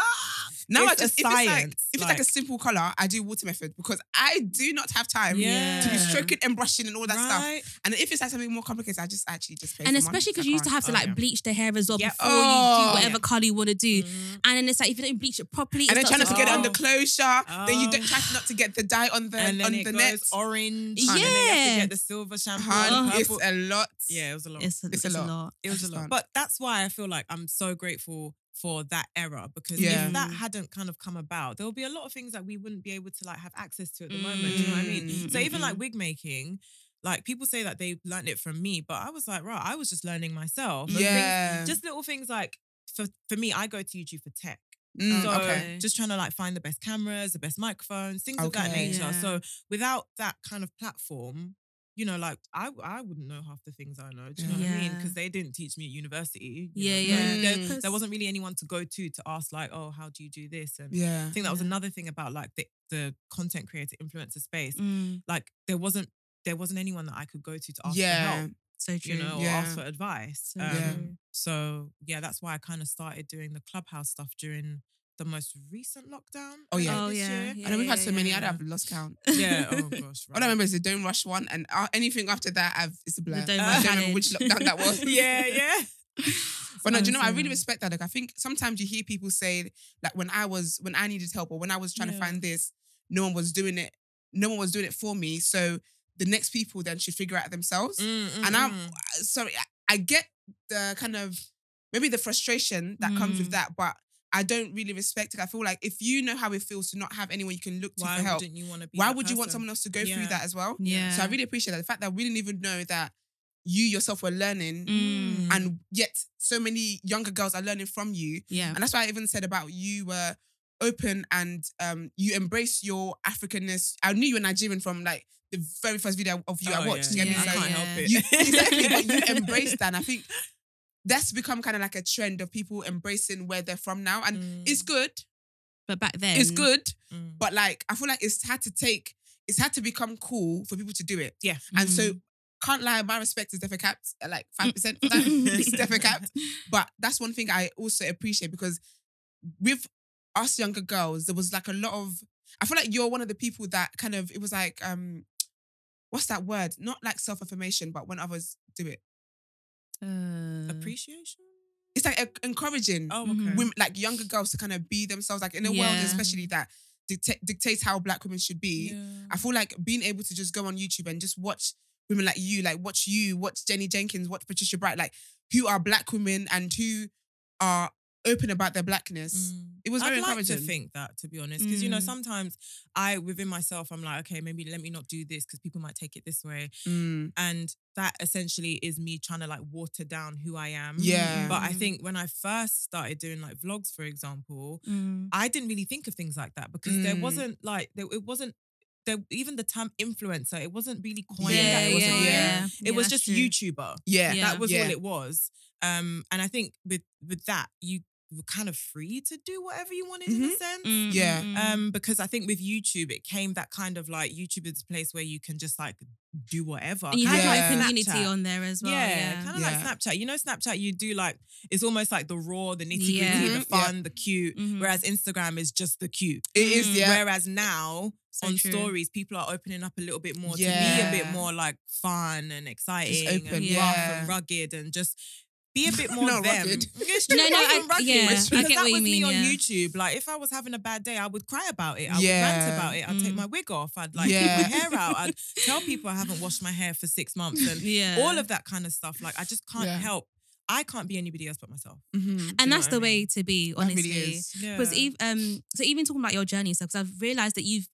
S3: Now
S4: It's
S3: I
S4: a
S3: just if it's like
S4: science,
S3: if it's like a
S4: like-
S3: simple colour, I do water method because I do not have time to be
S4: Yeah.
S3: stroking and brushing and all that stuff.
S4: Right?
S3: And if it's like something more complicated, I just actually just pay
S2: And
S3: someone.
S2: especially because you used to
S3: I
S2: have to
S4: Oh,
S2: like
S4: yeah.
S2: bleach the hair as well
S4: Yeah.
S2: before you
S3: Oh,
S2: do whatever
S4: yeah.
S2: colour you want to do.
S4: Mhm.
S2: And then it's like if you don't bleach it properly,
S3: can't. and
S2: it
S3: then trying
S2: starts
S3: not to get it under
S4: Oh.
S3: closure, then you
S4: Oh.
S3: don't try not to get the dye on the
S4: And then
S3: on
S4: it
S3: the
S4: goes
S3: net.
S4: orange. And then you have
S2: Yeah.
S4: to get the silver shampoo.
S3: Hun,
S4: and
S3: it's
S4: purple.
S3: a lot.
S4: yeah, it was a lot.
S2: Uh-huh. It's a, it's a lot.
S4: it was a lot.
S3: understand.
S4: But that's why I feel like I'm so grateful for that era because
S3: Yeah.
S4: if that hadn't kind of come about, there will be a lot of things that we wouldn't be able to like have access to at the moment. Do you know what I mean?
S2: Mm,
S4: So
S2: mm,
S4: even
S2: mm.
S4: like wig making, like people say that they learned it from me, but I was like, right, I was just learning myself. And things-
S3: Yeah.
S4: just little things like for for me, I go to YouTube for tech.
S3: Mm,
S4: So
S3: okay.
S4: just trying to like find the best cameras, the best microphones, things of that
S3: Okay.
S4: nature.
S2: Yeah.
S4: So without that kind of platform, you know, like I I wouldn't know half the things I know. Do you know what I mean?
S2: Yeah.
S4: Because they didn't teach me at university. you
S2: Yeah,
S4: know, like,
S3: yeah.
S4: there- there,
S2: Mm.
S4: wasn't really anyone to go to to ask like, oh, how do you do this? And
S3: Yeah.
S4: I think that was
S2: Yeah.
S4: another thing about like the the content creator influencer space.
S2: Mm,
S4: Like there wasn't there wasn't anyone that I could go to to ask for
S3: Yeah.
S4: help,
S2: so true.
S4: you know, or
S3: Yeah.
S4: ask for advice.
S2: So
S4: Um,
S3: Yeah.
S2: true.
S4: so yeah, that's why I kind of started doing the clubhouse stuff during the most recent lockdown.
S3: Oh, yeah.
S4: earlier
S2: Oh,
S4: this
S2: yeah,
S4: year.
S2: yeah.
S3: And then we've had so many,
S2: yeah,
S3: I'd
S4: yeah.
S3: have lost count.
S2: (laughs)
S4: Yeah. Oh gosh.
S3: All I
S4: (laughs)
S3: remember is the don't rush one, and uh, anything after that, I've it's a blur.
S2: The Don't
S3: I
S4: Rush
S3: don't remember
S2: Challenge.
S3: which lockdown that
S4: (laughs)
S3: was.
S4: yeah, yeah.
S3: (laughs) But no, do you know? I
S2: Honestly.
S3: really respect that. Like, I think sometimes you hear people say, like, when I was when I needed help or when I was trying to
S4: Yeah.
S3: find this, no one was doing it. No one was doing it for me. So the next people then should figure it out themselves. And I'm-
S4: mm.
S3: Sorry, I, I get the kind of maybe the frustration that comes with
S2: Mm.
S3: that, but I don't really respect it. I feel like if you know how it feels to not have anyone you can look to
S4: why
S3: for help,
S4: wouldn't you want to be?
S3: why
S4: that
S3: would you want
S4: person?
S3: someone else to go through
S4: Yeah.
S3: that as well?
S2: Yeah.
S3: So I really appreciate that. The fact that we didn't even know that you yourself were learning
S2: Mm.
S3: and yet so many younger girls are learning from you.
S2: yeah.
S3: And that's why I even said about you were open and um, you embrace your Africanness. I knew you were Nigerian from like the very first video of you I
S4: Oh,
S3: watched.
S4: Yeah,
S3: you get me?
S2: Yeah,
S4: I
S3: So
S4: can't
S2: yeah.
S4: help it. (laughs)
S3: you, (laughs) exactly, but you embraced that. And I think that's become kind of like a trend of people embracing where they're from now. And
S4: Mm,
S3: it's good.
S2: But back then,
S3: it's good.
S4: mm.
S3: But like, I feel like it's had to take, it's had to become cool for people to do it.
S4: (laughs) Yeah.
S3: And so, can't lie, my respect is definitely capped at like
S4: Mm.
S3: 5% for that. (laughs) it's
S4: (laughs)
S3: definitely capped.
S2: Mm.
S3: But that's one thing I also appreciate because with us younger girls, there was like a lot of, I feel like you're one of the people that kind of, it was like, um, what's that word? Not like self affirmation, but when others do it,
S2: Uh,
S4: Appreciation.
S3: it's like e- encouraging.
S4: Oh, okay.
S2: Mhm.
S3: women, like younger girls to kind of be themselves, like in a world
S2: Yeah.
S3: especially that dicta- dictates how black women should be. I feel like being able to just go on YouTube and just watch women like you, like watch you, watch Jenny Jenkins, watch Patricia Bright, like who are black women and who are open about their blackness.
S4: Mm.
S3: It was very
S4: I'd like to
S3: encouraging.
S4: think that, to be honest, because you know
S2: Mm.
S4: sometimes I within myself I'm like, okay, maybe let me not do this because people might take it this way,
S3: Mm.
S4: and that essentially is me trying to like water down who I am.
S3: Yeah. Mm-hmm.
S4: But I
S2: Mm.
S4: think when I first started doing like vlogs, for example,
S2: Mm.
S4: I didn't really think of things like that because there
S3: Mm.
S4: wasn't like there, it wasn't there even the term influencer it wasn't really
S3: Yeah,
S4: coined. at that
S3: yeah,
S4: time.
S3: yeah.
S4: It was
S2: that's
S4: just
S2: true.
S4: YouTuber.
S3: Yeah.
S2: Yeah.
S4: That was
S3: Yeah.
S4: all it was. Um, and I think with with that you were kind of free to do whatever you wanted in
S3: Mm-hmm.
S4: a sense.
S2: Mm,
S3: Yeah.
S2: mm, mm.
S4: Um, because I think with YouTube, it came that kind of like YouTube is a place where you can just like do whatever.
S2: and you
S4: Kinda
S2: had like
S3: like Yeah.
S2: community
S4: Snapchat.
S2: on there as well.
S4: yeah,
S2: Yeah,
S4: kind of
S3: Yeah.
S4: like Snapchat. You know, Snapchat, you do like, it's almost like the raw, the nitty gritty,
S2: Yeah.
S4: the
S3: Mhm. Yeah.
S4: fun, the cute.
S2: Mhm.
S4: Whereas Instagram is just the cute.
S3: It is,
S2: Mm.
S3: yeah.
S4: Whereas now
S2: So
S4: on
S2: true.
S4: stories, people are opening up a little bit more to be a
S3: Yeah.
S4: bit more like fun and exciting
S3: open,
S4: and rough
S3: yeah.
S4: and rugged and just be a
S3: (laughs)
S4: bit more
S3: Not
S4: them.
S3: rugged.
S4: (laughs) It's
S2: No,
S4: true,
S2: no,
S4: rough
S2: I-
S4: and rugged.
S2: yeah,
S4: Because
S2: I get
S4: that
S2: what you
S4: was
S2: mean,
S4: me on
S2: yeah.
S4: YouTube. Like if I was having a bad day, I would cry about it. I would
S3: Yeah.
S4: rant about it. I'd take
S2: Mm.
S4: my wig off. I'd like
S3: Yeah.
S4: take my hair
S3: (laughs)
S4: out. I'd tell people I haven't washed my hair for six months and
S2: (laughs) yeah.
S4: all of that kind of stuff. Like I just can't
S3: Yeah.
S4: help. I can't be anybody else but myself.
S3: Mhm.
S4: you
S2: and
S4: know
S2: that's
S4: what I
S2: the
S4: mean?
S2: way to be,
S3: That
S2: honestly.
S3: really is.
S4: Yeah.
S2: Because even um, so even talking about your journey and stuff, because I've realized that you've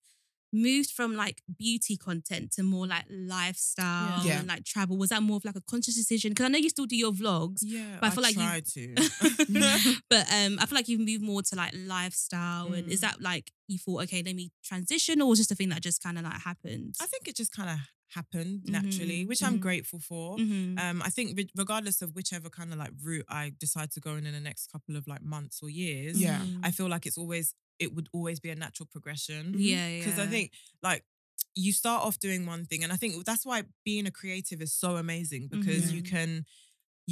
S2: moved from like beauty content to more like lifestyle
S3: Yeah.
S2: and like travel. Was that more of like a conscious decision? Because I know you still do your vlogs,
S4: yeah,
S2: but I feel like you-
S4: try to. (laughs)
S3: (laughs)
S2: (laughs) but um, I feel like you've moved more to like lifestyle. And is
S4: Mm.
S2: that like you thought, okay, let me transition, or was just a thing that just kind of like happened?
S4: I think it just kind of happened naturally,
S2: Mhm,
S4: which I'm
S2: mhm.
S4: grateful for.
S2: Mhm.
S4: Um, I think re- regardless of whichever kind of like route I decide to go in in the next couple of like months or years,
S3: Yeah.
S2: Mhm.
S4: I feel like it's always it would always be a natural progression.
S2: yeah, yeah.
S4: Because I think like you start off doing one thing, and I think that's why being a creative is so amazing because you
S2: Mhm.
S4: can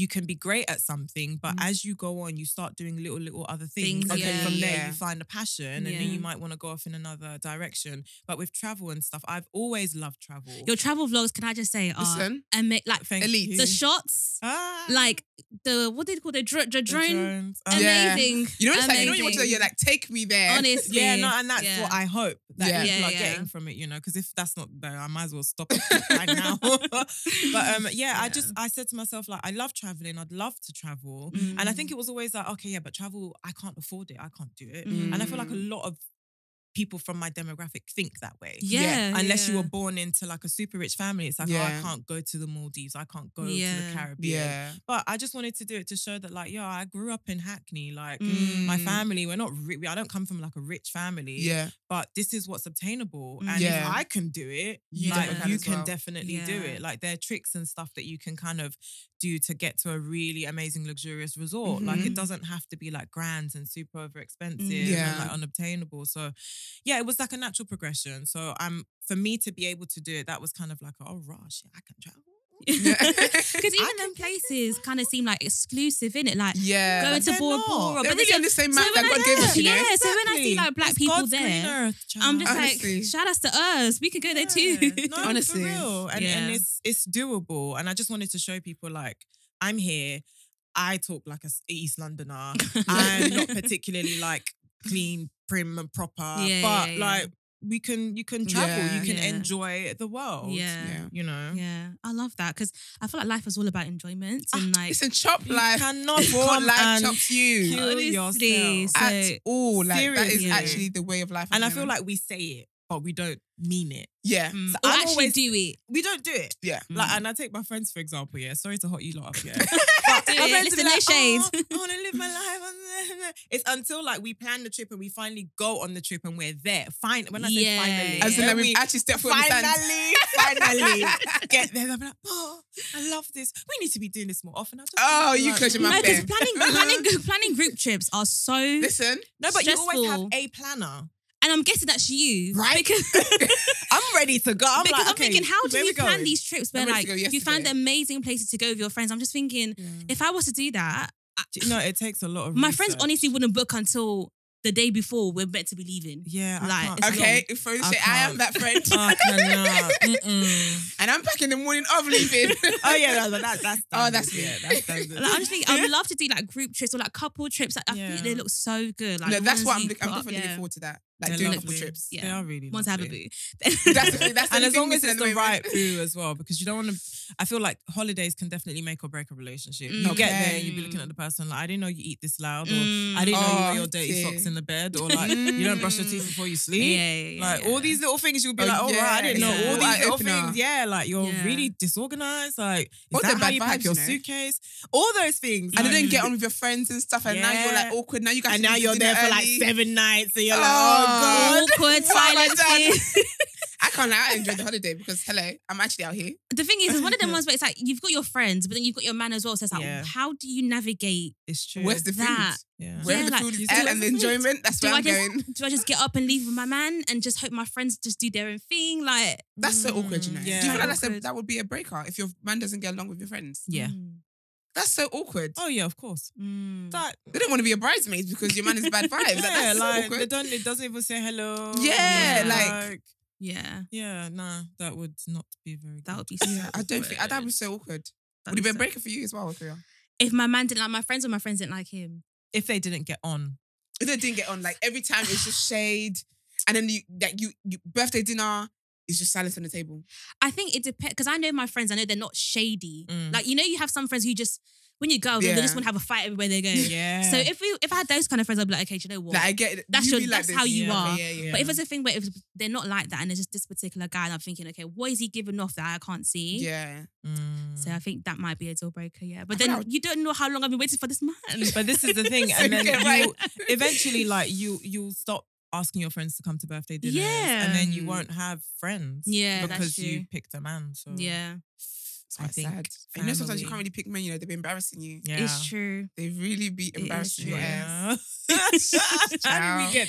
S4: you can be great at something, but
S2: Mhm.
S4: as you go on, you start doing little little other things.
S2: Things,
S4: and then
S2: yeah.
S4: from there,
S3: Yeah.
S4: you find a passion, and then
S2: Yeah.
S4: you might want to go off in another direction. But with travel and stuff, I've always loved travel.
S2: your travel vlogs, can I just say,
S4: uh,
S2: are
S3: Listen,
S2: ama- like
S4: Thank
S3: elite.
S4: you.
S2: the shots,
S4: Ah,
S3: Um,
S2: like the what do they call the, dr- the
S4: the
S2: drone?
S4: drones. Ah.
S3: Yeah.
S2: Amazing.
S3: you know what I'm saying? You know what you want to do?
S2: Amazing.
S3: You're like, take me
S4: (laughs)
S3: there.
S2: Honestly.
S4: Yeah, no, and that's
S2: Yeah.
S4: what I hope that
S3: Yeah.
S4: people
S2: Yeah,
S4: are
S2: yeah.
S4: getting from it, you know, because if that's
S3: (laughs)
S4: not there, I might as well stop it right now. (laughs) but um, yeah, I
S2: Yeah.
S4: just I said to myself like I love traveling. I'd love to travel.
S2: Mm.
S4: And I think it was always like, okay, yeah, but travel, I can't afford it. I can't do it.
S2: Mm.
S4: And I feel like a lot of people from my demographic think that way.
S2: yeah,
S4: Unless you
S2: yeah.
S4: were born into like a super rich family, it's like, oh,
S3: Yeah.
S4: I can't go to the Maldives. I can't go to
S2: Yeah.
S4: the Caribbean.
S3: Yeah.
S4: But I just wanted to do it to show that, like, yeah, I grew up in Hackney. Like,
S2: Mm.
S4: my family, we're not, ri- I don't come from like a rich family,
S3: Yeah.
S4: but this is what's obtainable.
S2: Mm.
S4: And
S3: Yeah.
S4: if I can do it,
S3: You
S4: like,
S2: definitely can
S4: you
S3: as
S4: can
S3: well.
S4: definitely do
S2: Yeah.
S4: it. Like, there are tricks and stuff that you can kind of do to get to a really amazing, luxurious resort. Like,
S3: Mhm.
S4: it doesn't have to be like grand and super over expensive
S3: Mm, Yeah.
S4: and like unobtainable. So, yeah, it was like a natural progression. So, um, for me to be able to do it, that was kind of like, oh, rush, I can travel. (laughs)
S2: Because even
S4: can
S2: them places kind of seem like exclusive, in it? Like
S3: (laughs) Yeah.
S2: going
S4: but
S2: to
S4: they're
S2: Bora
S4: not.
S2: Bora.
S3: They're
S2: but this
S3: really on
S2: is-
S3: the same
S2: so
S3: map
S2: when
S3: that
S2: I-
S3: God gave
S4: (laughs)
S3: us, you know?
S2: Yeah, so when I see
S4: Exactly.
S2: like black
S4: It's
S2: people
S4: God's green
S2: there,
S4: earth,
S2: I'm
S4: child.
S2: just
S3: (laughs) Honestly.
S2: like, shout outs to us. We can go there too. (laughs)
S4: Yeah. No,
S3: Honestly.
S4: for real. And, and
S2: Yeah. (laughs)
S4: it's it's doable. And I just wanted to show people like I'm here. I talk like a s- East Londoner.
S2: (laughs)
S4: I'm not particularly like clean, prim, and proper.
S2: Yeah, yeah,
S4: but
S2: yeah.
S4: like we can, you can travel.
S3: Yeah.
S4: You can
S2: Yeah.
S4: enjoy the world.
S2: yeah.
S4: You know.
S2: Yeah, I love that because I feel like life is all about enjoyment
S4: Ah,
S2: and like
S3: It's a chop
S4: You
S3: life. (laughs)
S4: cannot
S3: What
S4: come
S3: life
S4: and
S3: chops you
S4: kill
S2: Honestly,
S4: yourself.
S2: so-
S3: at all. Like that is
S2: Seriously.
S3: actually the way of life. at
S4: And I
S3: the
S4: feel
S3: moment.
S4: like we say it, but we don't mean it.
S3: yeah,
S2: mm,
S4: so
S2: or
S4: I'm
S2: actually
S4: always-
S2: do
S4: (laughs)
S2: it.
S4: We don't do it.
S3: yeah.
S4: Like,
S2: Mm.
S4: and I take my friends for example. Yeah, sorry to hot you lot up. Yeah,
S2: Do
S4: (laughs) My
S2: it.
S4: friends
S2: Listen,
S4: be
S2: no
S4: like,
S2: shade.
S4: "Oh, I want to live my
S2: (laughs)
S4: life. It's until like we plan the trip and we finally go on the trip and we're there. Fine. When I say
S2: Yeah.
S4: finally,
S3: As in,
S4: when
S3: like, we
S4: we
S3: actually step foot in the sand.
S4: finally,
S3: (laughs)
S4: finally (laughs) get there, they'll be like, oh, I love this. We need to be doing this more often. I just
S3: Oh,
S4: feel
S3: you
S4: like-
S3: close your
S2: No,
S3: mouth
S4: No, 'cause-
S2: because
S3: there.
S2: planning,
S4: (laughs)
S2: planning, planning group trips are so. And
S3: Listen,
S4: No, but you always have
S2: Stressful.
S4: a planner.
S2: I'm guessing that's you,
S4: Right.
S2: Because,
S4: (laughs) I'm ready to go. I'm
S2: because
S4: like,
S2: I'm
S4: okay,
S2: thinking, how do
S4: where
S2: you
S4: we
S2: plan
S4: going?
S2: these trips? Where
S3: I'm ready
S2: like
S3: to go
S2: you find
S3: yesterday.
S2: amazing places to go with your friends. I'm just thinking, if I was to do that, I,
S4: Do You know, it takes a lot of.
S2: my friends
S4: research.
S2: honestly wouldn't book until the day before we're meant to be leaving.
S4: Yeah, I
S2: Like,
S4: can't.
S2: it's
S3: okay, if I
S4: I
S3: say I am
S4: can't.
S3: that friend,
S4: (laughs) I
S2: (laughs)
S4: cannot. Mm-mm.
S3: and I'm back in the morning of leaving.
S4: (laughs) Oh yeah, no, no, that, that's
S3: Oh,
S4: standard.
S3: that's me.
S4: yeah, that's standard.
S2: Like, I'm just thinking, I would love to do like group trips or like couple trips. Like, I
S4: Yeah.
S2: think they look so good. Like
S3: (laughs) no,
S2: the
S3: that's
S2: ones
S3: what I'm.
S2: you
S3: look-
S2: put
S3: I'm
S2: up,
S3: definitely
S2: yeah.
S3: looking forward to that. Like
S4: They're
S3: doing a
S4: lovely.
S3: couple trips.
S4: They
S2: Yeah.
S4: are really
S2: Once I have a
S4: lovely.
S2: (laughs) boo.
S3: (laughs) That's the thing. That's the
S4: and
S3: only
S4: as
S3: thing
S4: long
S3: missing
S4: as it's
S3: at moment.
S4: the right boo as well, because you don't want to. I feel like holidays can definitely make or break a relationship. You
S2: Mm.
S4: get there,
S3: Okay.
S4: and you be looking at the person like, I didn't know you eat this loud, or
S2: Mm.
S4: I didn't know you
S3: Oh, Mm.
S4: wear your dirty
S3: dear.
S4: socks in the bed, or like you don't brush your teeth before you sleep.
S2: Yeah, yeah, yeah,
S4: like
S2: yeah.
S4: all these little things, you'll be
S3: Oh,
S4: like, oh, right, I
S3: yeah,
S4: didn't know
S2: it's
S4: all
S2: an
S4: these little
S3: eye-opener.
S4: things. Yeah, like you're
S2: Yeah.
S4: really disorganized. Like is
S3: All the
S4: that how
S3: bad
S4: you pack
S3: vibes,
S4: your
S3: you know.
S4: suitcase? All those things.
S3: And
S4: like,
S3: then
S4: you-
S3: get on with your friends and stuff, and now you're like
S4: Yeah.
S3: awkward. Now you guys
S4: And
S3: should
S4: now
S3: be
S4: you're
S3: doing
S4: there
S3: it
S4: for like
S3: early.
S4: seven nights, and you're like,
S3: Oh,
S4: oh god.
S2: awkward
S3: Why am I done?
S2: silences.
S3: I can't. lie, I enjoyed
S4: (laughs)
S3: the holiday because hello, I'm actually out here.
S2: the thing is, it's one of them ones where it's like you've got your friends, but then you've got your man as well. So it's like,
S4: Yeah.
S2: how do you navigate?
S4: It's true.
S3: Where's the
S2: That.
S3: food?
S4: yeah.
S3: Wherever
S2: Yeah,
S3: the
S2: like,
S3: food is
S2: do
S3: at
S2: I
S3: and the
S2: just-
S3: enjoyment, that's
S2: Do
S3: where
S2: I
S3: I'm
S2: just
S3: going.
S2: do I just get up and leave with my man and just hope my friends just do their own thing? Like,
S3: That's so awkward, you know.
S4: Mm,
S3: Do you
S4: yeah.
S3: feel like that's a,
S2: Awkward.
S3: that would be a breaker if your man doesn't get along with your friends?
S4: Yeah.
S2: mm,
S3: That's so awkward.
S4: Oh yeah, of course.
S2: mm.
S4: That
S3: They don't want to be a bridesmaid because your man is bad vibes. Like,
S4: yeah,
S3: that's so
S4: like they
S3: awkward.
S4: don't. It doesn't even say hello.
S3: Yeah,
S4: Nothing.
S3: like-
S2: yeah,
S4: yeah, nah, that would not be very.
S2: that would be.
S3: Yeah, I don't think that would be so awkward. would it be a breaker for you as well, Priya?
S2: if my man didn't like my friends or my friends didn't like him?
S4: if they didn't get on.
S3: If they didn't get on, like every time it's just shade, and then you that you, you birthday dinner is just silence on the table.
S2: I think it depends because I know my friends. I know they're not shady.
S4: Mm.
S2: Like you know, you have some friends who just when you go, out, they
S3: Yeah.
S2: just want to have a fight everywhere they go.
S4: (laughs) Yeah.
S2: So if we if I had those kind of friends, I'd be like, okay, do you know what?
S3: Like I get it.
S2: That's
S3: you
S2: your-
S3: be like
S2: that's
S3: this.
S2: how you
S3: Yeah,
S2: are.
S3: Yeah, yeah.
S2: But if it's a thing where if they're not like that and it's just this particular guy, and I'm thinking, okay, what is he giving off that I can't see?
S3: yeah.
S2: (laughs)
S4: Mm.
S2: So I think that might be a deal breaker, yeah. But
S3: I
S2: then
S3: thought I would-
S2: you don't know how long I've been waiting for this man.
S4: but this is
S2: (laughs)
S4: the thing,
S3: So
S4: and then
S3: get
S4: you,
S3: right.
S4: eventually, like you, you'll stop asking your friends to come to birthday dinners, and then you
S3: Yeah.
S4: won't have friends.
S2: Yeah, that's
S4: because you
S2: true.
S4: picked a man. So
S2: (laughs) yeah,
S3: It's
S4: I
S3: quite
S4: think
S3: sad. And you know, sometimes you
S4: family-
S3: can't really pick men. You know, they're embarrassing you.
S4: yeah.
S2: it's (laughs)
S3: (laughs)
S2: true.
S3: They really be
S2: is
S3: embarrassing
S2: true.
S3: your ass.
S4: Yeah. (laughs) How did
S3: Ciao.
S4: we get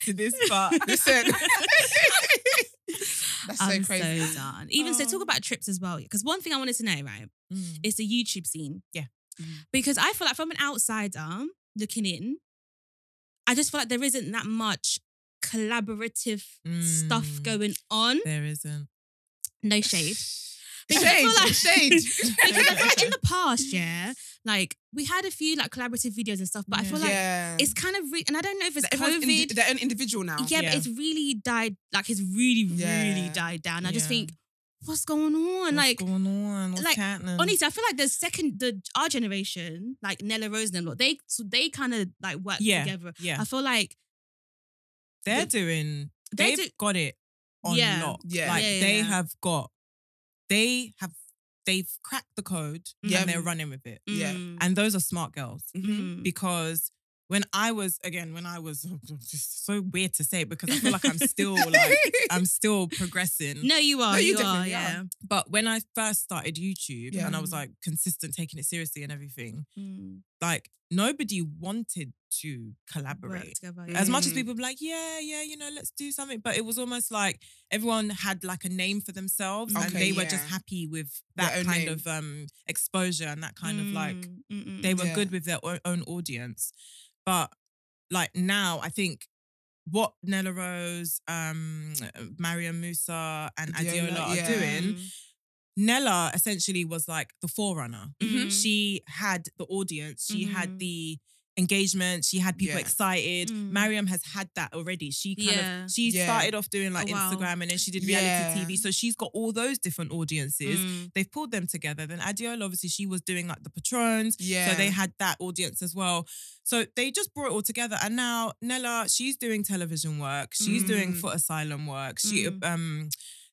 S4: to this, but
S3: Listen. That's so
S2: I'm
S3: crazy. Oh.
S2: so done. Even so, talk about trips as well. Because one thing I wanted to know, right,
S4: Mm.
S2: is the YouTube scene. Mm-hmm.
S4: Yeah.
S3: Mm-hmm.
S2: Because I feel like from an outsider looking in, I just feel like there isn't that much collaborative stuff
S4: Mm.
S2: going on.
S4: (laughs) there isn't.
S3: (laughs)
S2: No shade. Because I
S3: Shade,
S2: feel like-
S4: (laughs)
S2: (laughs) Because
S3: shade.
S2: I feel like
S3: (laughs)
S2: in the past, yeah, like we had a few like collaborative videos and stuff, but I feel like
S3: yeah.
S2: it's kind of re- and I don't know if it's
S3: Everyone's
S2: COVID.
S3: indi- their own individual now.
S2: yeah, but
S4: Yeah.
S2: it's really died. Like it's really, really
S3: Yeah.
S2: died down. I just
S4: Yeah.
S2: think, what's going on?
S4: What's
S2: like
S4: going on? What's
S2: like,
S4: happening?
S2: honestly, I feel like the second, the our generation, like Nella Rose and them, lot, they so they kind of like work
S4: Yeah,
S2: together.
S4: yeah.
S2: I feel like
S4: they're
S2: the-
S4: doing.
S2: they
S4: They've
S2: do-
S4: got it on
S2: Yeah.
S4: lock.
S3: Yeah.
S4: like
S2: Yeah,
S4: they
S2: yeah.
S4: have got. They have. They've cracked the code
S2: Yeah.
S4: and they're running with it.
S3: Yeah.
S2: mm,
S4: And those are smart girls
S3: Mm-hmm.
S2: mm,
S4: because when I was again when I was it's just so weird to say because I feel like I'm still
S3: (laughs)
S4: like um,
S2: (laughs)
S4: I'm still progressing.
S2: no, you are,
S3: No, you
S2: you, are,
S3: definitely
S2: yeah.
S4: But when I first started YouTube
S3: Yeah.
S4: and I was like consistent, taking it seriously and everything,
S2: Mm,
S4: like nobody wanted to
S2: work
S4: collaborate.
S2: together.
S3: As
S4: As much as
S3: Mm.
S4: people were like, yeah, yeah, you know, let's do something. But it was almost like everyone had like a name for themselves and
S3: Okay,
S4: they were just
S3: yeah.
S4: happy with
S3: Their
S4: that
S3: own
S4: kind
S3: name.
S4: of um exposure and that kind of like
S2: Mm, mm, mm,
S4: they
S2: mm.
S4: were
S3: Yeah.
S4: good with their o- own audience. But like now, I think what Nella Rose, um, Mariam Musa, and
S3: Adiola,
S4: Adiola are
S3: yeah.
S4: doing,
S2: Mm.
S4: Nella essentially was like the forerunner.
S2: Mhm.
S4: She had the audience, she
S2: Mhm.
S4: had the engagement, she had people
S3: Yeah.
S4: excited.
S2: Mm.
S4: Mariam has had that already. She kind
S2: Yeah.
S4: of she
S3: Yeah.
S4: started off doing like
S2: Oh, wow.
S4: Instagram and then she did reality
S3: Yeah.
S4: TV. So she's got all those different audiences.
S2: Mm,
S4: They've pulled them together. Then Adiola, obviously, she was doing like the patrons.
S3: yeah.
S4: So they had that audience as well. So they just brought it all together. And now Nella, she's doing television work. She's doing
S3: Mm.
S4: foot asylum work. She
S2: Mm.
S4: um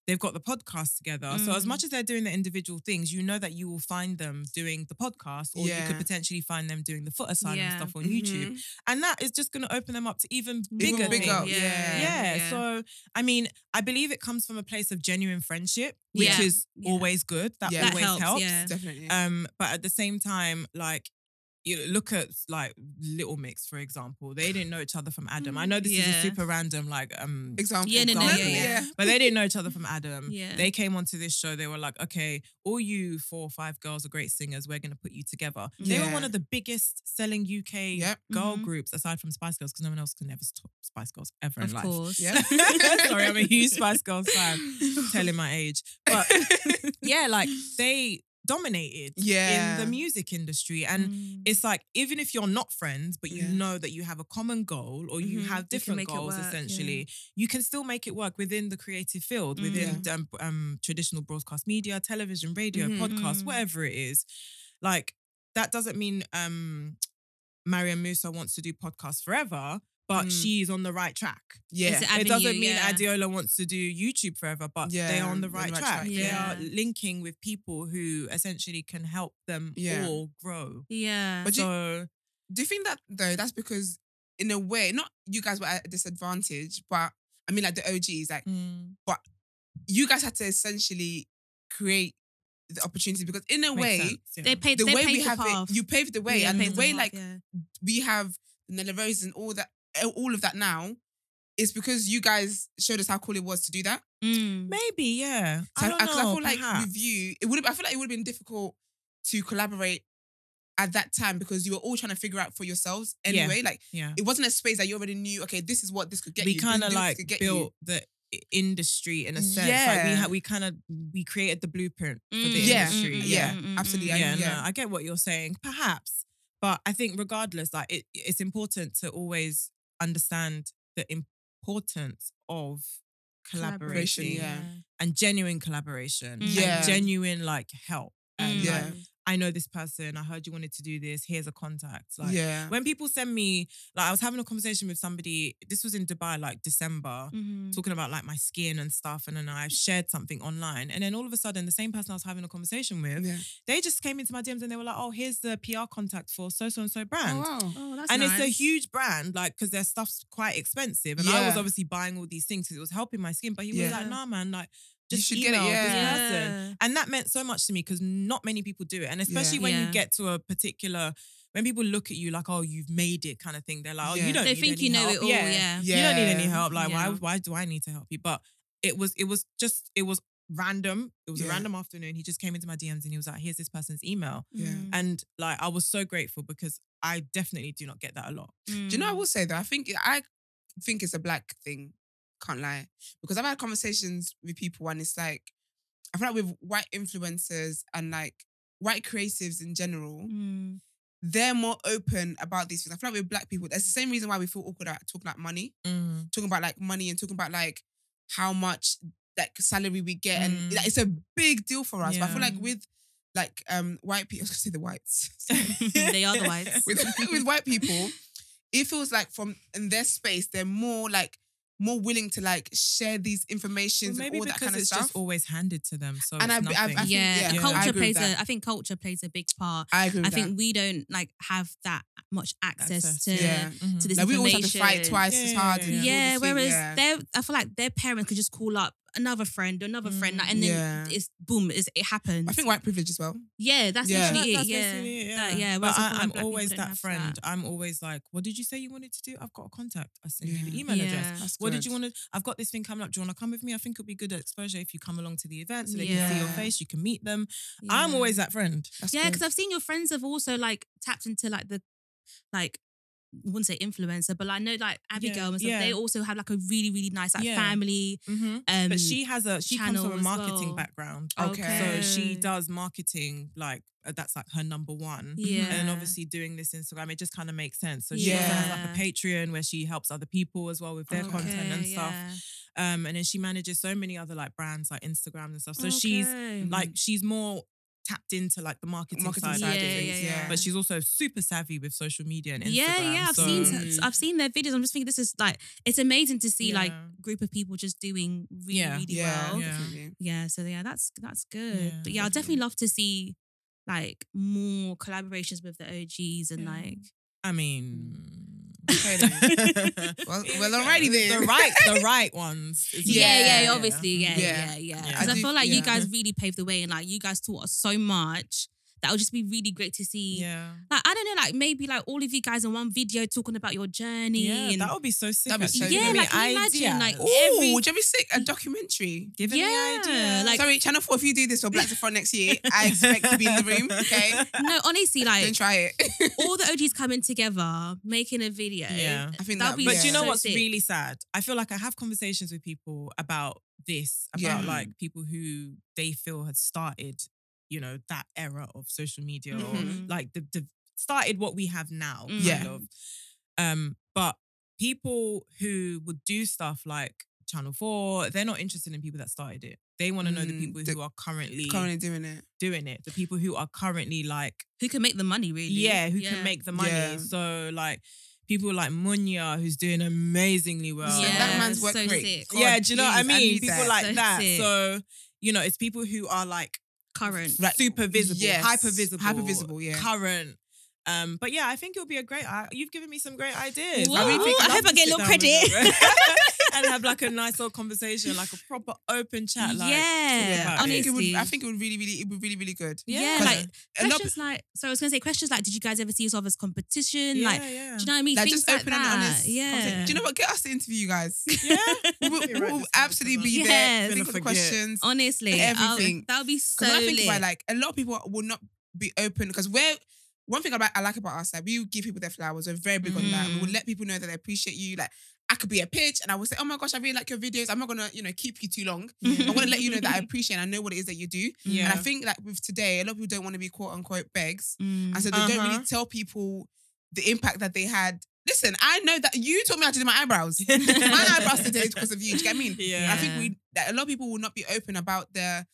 S4: they've got the podcast together. So as
S2: Mm.
S4: much as they're doing the individual things, you know that you will find them doing the podcast or you could
S3: Yeah.
S4: potentially find them doing the foot asylum
S2: Yeah.
S4: stuff on
S3: Mhm.
S4: YouTube. And that is just gonna open them up to even bigger.
S3: Even
S2: more,
S3: bigger,
S4: things.
S3: yeah.
S4: Yeah. So I mean, I believe it comes from a place of genuine friendship, which
S2: Yeah.
S4: is
S2: Yeah.
S4: always good. That
S3: Yeah. That
S4: always
S2: helps,
S4: helps.
S2: yeah.
S3: Definitely.
S4: Um, but at the same time, like you know, look at like Little Mix, for example. They didn't know each other from Adam. I know this is
S2: Mm, Yeah.
S4: a super random, like um
S3: example.
S2: Yeah, no, no,
S4: yeah,
S3: example,
S4: yeah. but they didn't know
S2: (laughs)
S4: each other from Adam.
S2: Yeah.
S4: They came onto this show, they were like, okay, all you four or five girls are great singers, we're gonna put you together. They were
S3: Yeah.
S4: one of the biggest selling UK (laughs)
S3: Yep.
S4: girl
S2: Mhm.
S4: groups aside from Spice Girls, because no one else can ever stop Spice Girls ever
S2: of
S4: in life.
S2: course.
S3: Yeah.
S4: (laughs) Sorry, I'm a huge Spice Girls fan.
S2: (laughs)
S3: (laughs)
S4: Telling my age. But yeah, like they dominated
S3: Yeah.
S4: in the music industry. And
S2: Mm.
S4: it's like, even if you're not friends, but you
S3: Yeah.
S4: know that you have a common goal or you
S2: Mhm. You can
S4: have different
S2: make it
S4: goals
S2: work, yeah.
S4: essentially, you can still make it work within the creative field,
S2: Mm.
S4: within um, um, traditional broadcast media, television, radio,
S3: Mhm.
S4: podcast,
S2: Mm.
S4: whatever it is. Like, that doesn't mean um, Mariam Musa wants to do podcasts forever, but
S3: Mm.
S4: she's on the right track
S3: Yeah.
S2: It's
S4: it doesn't
S2: avenue,
S4: mean
S2: yeah.
S4: Adiola wants to do YouTube forever, but they
S3: Yeah,
S4: are on the right, track.
S2: Yeah.
S4: They are linking with people who essentially can help them
S3: Yeah.
S4: all grow.
S2: Yeah.
S3: But do you,
S4: So
S3: do you think that though? That's because in a way, not you guys were at a disadvantage, but I mean, like the OGs, like
S4: Mm.
S3: you guys had to essentially create the opportunity because in a
S4: makes
S3: way,
S4: sense, yeah.
S2: they paid.
S3: the
S2: they
S3: way
S2: paved
S3: we
S2: the
S3: have
S2: path.
S3: it, you paved the way,
S2: Yeah,
S3: and the
S2: paved
S3: way
S2: path,
S3: like
S2: yeah.
S3: we have Nella Rose and all that, all of that now. It's because you guys showed us how cool it was to do that.
S2: Mm.
S4: maybe, yeah.
S3: So
S4: I don't
S3: 'cause
S4: know.
S3: I feel like
S4: perhaps.
S3: with you, it would. I feel like it would have been difficult to collaborate at that time because you were all trying to figure out for yourselves
S4: Yeah.
S3: anyway. Like
S4: yeah.
S3: it wasn't a space that you already knew. Okay, this is what this could get
S4: we
S3: you. this-
S4: kind of
S3: this
S4: like
S3: could get you.
S4: built the i- industry in a sense. Like we
S3: Yeah.
S4: ha- we kind of we created the blueprint for the
S2: Mm.
S3: Yeah,
S4: industry.
S2: Mm,
S3: yeah,
S2: mm, mm,
S3: absolutely.
S2: mm.
S3: I-
S4: yeah,
S3: yeah.
S4: no, I get what you're saying, perhaps, but I think regardless, like it, it's important to always understand the importance of collaboration,
S2: Mm.
S3: Collaboration, yeah.
S4: and genuine collaboration, and
S3: Yeah.
S4: genuine like help, and
S3: Yeah.
S4: like, I know this person. I heard you wanted to do this. Here's a contact. Like
S3: yeah.
S4: when people send me, like I was having a conversation with somebody. This was in Dubai, like December,
S3: Mm. Mm-hmm.
S4: talking about like my skin and stuff. And then I shared something online. And then all of a sudden, the same person I was having a conversation with,
S3: Yeah.
S4: they just came into my DMs and they were like, "Oh, here's the PR contact for so so and so brand."
S3: Oh, wow.
S2: Oh, that's
S4: and it's a
S2: nice.
S4: huge brand, like, because their stuff's quite expensive. And I was
S3: Yeah.
S4: obviously buying all these things because it was helping my skin. But he was
S3: Yeah.
S4: like, nah, man, like,
S3: You
S4: just
S3: should get it,
S4: email
S3: yeah.
S4: this person. And that meant so much to me because not many people do it. And especially when
S2: Yeah.
S4: you get to a particular, when people look at you like, oh, you've made it kind of thing, they're like, oh,
S3: Yeah.
S4: you don't
S2: They
S4: need
S2: think
S4: any
S2: you know
S4: help.
S2: it all.
S4: Yeah.
S2: Yeah.
S4: You don't need any
S3: Yeah.
S4: help. Like, why,
S2: Yeah.
S4: why do I need to help you? But it was, it was just, it was random. It was a
S3: Yeah.
S4: random afternoon. He just came into my DMs and he was like, here's this person's email.
S3: Yeah.
S2: Mm.
S4: And like, I was so grateful because I definitely do not get that a lot.
S3: Do you know? I
S2: Mm.
S3: will say though, I think I think it's a black thing. Can't lie, because I've had conversations with people, and it's like I feel like with white influencers and like white creatives in general,
S2: Mm.
S3: they're more open about these things. I feel like with black people, that's the same reason why we feel awkward about talking about money, talking about like money, and talking about like how much like salary we get, and
S4: Mm.
S3: like, it's a big deal for us. But I feel
S4: Yeah.
S3: like with like um white people, (laughs) I was gonna say the whites.
S2: (laughs)
S3: (laughs)
S2: They are the whites.
S3: with with white people, it feels like from in their space they're more like more willing to like share these informations and
S4: maybe
S3: all
S4: because
S3: that kind of
S4: it's
S3: stuff.
S4: just always handed to them. So
S3: And
S4: it's
S3: I- I- I
S4: nothing.
S3: think-
S2: yeah,
S3: yeah, I
S2: culture
S3: agree with
S2: plays a.
S3: that.
S2: I think culture plays a big part.
S3: I agree. With
S2: I
S3: that.
S2: think we don't like have that much access,
S4: Access,
S2: to
S3: yeah. Mm.
S4: Mhm.
S2: to this
S3: like we always
S2: information.
S3: have to fight twice as
S4: Yeah,
S3: hard.
S4: yeah,
S3: and
S4: yeah.
S3: all
S2: Yeah,
S3: this thing,
S2: whereas
S3: yeah.
S2: their I feel like their parents could just call up another friend, another friend, like, and then
S3: Yeah.
S2: it's boom, it's, it happens.
S3: I think white privilege as well.
S2: yeah, that's
S3: Yeah.
S2: literally
S4: That-
S2: it. Yeah,
S4: basically it,
S2: That-
S4: But
S2: whereas I
S4: I,
S2: feel like
S4: am
S2: black people
S4: always
S2: don't
S4: that
S2: have
S4: friend.
S2: that.
S4: I'm always like, what did you say you wanted to do? I've got a contact. I sent you the
S3: Yeah.
S4: email address.
S2: Yeah.
S3: That's
S4: What did
S3: good.
S4: you want to? I've got this thing coming up. Do you want to come with me? I think it'll be good exposure if you come along to the event so they can see your
S3: Yeah.
S4: face. You can meet them. I'm
S2: Yeah.
S4: always that friend.
S3: That's
S2: yeah,
S3: good.
S2: because I've seen your friends have also like tapped into like the like I wouldn't say influencer, but I know like Abigail and stuff.
S4: yeah.
S2: They also have like a really really nice like
S4: Yeah.
S2: family.
S4: Mm-hmm.
S2: Um,
S4: but she has a she comes
S2: channel
S4: from a
S2: as
S4: marketing
S2: well.
S4: background.
S3: Okay.
S4: So she does marketing like uh, that's like her number one.
S2: yeah,
S4: And then obviously doing this Instagram, it just kind of makes sense. So she also has like a
S2: Yeah.
S4: Patreon where she helps other people as well with their content and
S2: Okay,
S4: stuff.
S2: yeah.
S4: Um, and then she manages so many other like brands like Instagram and stuff. So she's
S2: Okay.
S4: like she's more tapped into like the marketing,
S3: Marketing
S4: side,
S3: side
S4: of
S3: of
S4: things.
S3: things, yeah.
S4: But she's also super savvy with social media and Instagram.
S2: Yeah, yeah, I've
S4: so-
S2: seen
S3: so-
S2: I've seen their videos. I'm just thinking this is like it's amazing to see like
S4: Yeah.
S2: group of people just doing really
S4: Yeah.
S2: really
S3: yeah,
S2: well. Yeah.
S4: yeah.
S3: definitely.
S2: so yeah, that's that's good.
S4: Yeah,
S2: but yeah, I'd
S4: definitely.
S2: definitely love to see like more collaborations with the OGs and
S4: Yeah.
S2: like
S4: I mean
S3: Okay then.
S4: (laughs)
S3: well, well, alrighty then.
S4: The right, the right ones. is-
S2: yeah, yeah,
S3: Yeah.
S2: obviously, yeah,
S3: Yeah.
S2: yeah, yeah.
S4: Yeah.
S2: Because
S4: I
S2: I,
S3: do-
S2: feel like you
S3: yeah.
S2: guys really paved the way, and like you guys taught us so much that would just be really great to see.
S4: Yeah.
S2: Like I don't know, like maybe like all of you guys in one video talking about your journey.
S4: Yeah,
S2: and
S4: that would be so sick.
S3: That'd be so
S4: actually.
S3: Yeah,
S4: Give me
S2: like, can you imagine, like,
S3: (laughs)
S4: ideas.
S3: Ooh,
S2: every-
S3: would you ever sick a documentary?
S4: giving
S2: Yeah,
S4: me ideas.
S2: like-
S3: Sorry, Channel Four. If you do this for Black to Front next year, I expect to be in the room.
S2: (laughs)
S3: Okay,
S4: (laughs)
S2: no, honestly,
S3: then
S2: like
S3: try it.
S2: all the OGs coming together making a video.
S4: Yeah.
S3: I think
S2: That'd
S3: that.
S2: be
S4: But
S3: yeah.
S4: do you know
S2: so
S4: what's
S2: sick.
S4: really sad? I feel like I have conversations with people about this, about
S3: Yeah.
S4: like people who they feel had started, you know, that era of social media or
S3: Mhm.
S4: like the, the started what we have now. kind
S3: Yeah.
S4: of. Um, but people who would do stuff like Channel 4, they're not interested in people that started it. They want to know the
S3: Mm,
S4: people
S3: the-
S4: who are currently,
S3: currently doing it.
S4: doing it, the people who are currently like,
S2: Who can make the money really?
S4: yeah, who can make the money.
S3: Yeah.
S4: So like people like Munya, who's doing amazingly well.
S2: Yeah,
S3: that man's work
S2: so
S3: rate.
S2: sick.
S3: God,
S4: yeah, do you know what I
S3: please,
S4: mean?
S3: need
S4: people
S3: that.
S4: like
S2: So
S4: that.
S2: sick.
S4: So, you know, it's people who are like
S2: current.
S4: super visible,
S3: Yes.
S4: hyper visible,
S3: Hyper visible, yeah.
S4: current. Um, but yeah, I think it'll be a great. I, you've given me some great ideas.
S2: Whoa,
S4: think I'd
S2: I
S4: love
S2: hope I
S4: to
S2: get a
S4: sit
S2: little
S4: down with
S2: credit.
S4: them.
S2: (laughs)
S4: (laughs) and have like a nice old conversation, like a proper open chat. Like,
S2: Yeah,
S4: talk about it.
S3: I think it would.
S2: Honestly.
S3: I think it would really, really, it would really, really good.
S2: yeah,
S4: yeah.
S2: like
S3: A lot-
S2: questions like so I was gonna say questions like did you guys ever see yourself as competition?
S4: yeah,
S2: like
S4: yeah.
S2: do you know what I mean?
S3: Like
S2: Things
S3: just
S2: like
S3: open
S2: that.
S3: and honest.
S2: yeah.
S3: conversation. Do you know what? Get us to interview you guys.
S4: yeah.
S3: (laughs) We will,
S4: Let me
S3: we
S4: write
S3: will
S4: this down
S3: absolutely
S4: because
S3: be
S2: I'm
S3: there.
S2: Yes.
S3: Think
S4: gonna
S3: of the
S4: forget.
S3: questions.
S2: Honestly,
S3: Everything.
S2: that would be so.
S3: Because I think about
S2: lit.
S3: it, like a lot of people will not be open because we're one thing about I like about us like we give people their flowers. We're very big on that. We
S4: Mm-hmm.
S3: will let people know that they appreciate you. Like I could be a pitch and I will say, oh my gosh, I really like your videos. I'm not gonna you know keep you too long. I'm gonna let you know that
S4: (laughs)
S3: I appreciate and I know what it is that you do.
S4: Yeah.
S3: And I think like with today, a lot of people don't want to be quote unquote begs.
S2: Mm.
S3: And so they don't
S4: Uh-huh.
S3: really tell people the impact that they had. Listen, I know that you taught me how to do my
S4: (laughs)
S3: eyebrows. (laughs) my eyebrows today is because of you. Do you get what I mean?
S4: Yeah.
S3: And I think we that a lot of people will not be open about their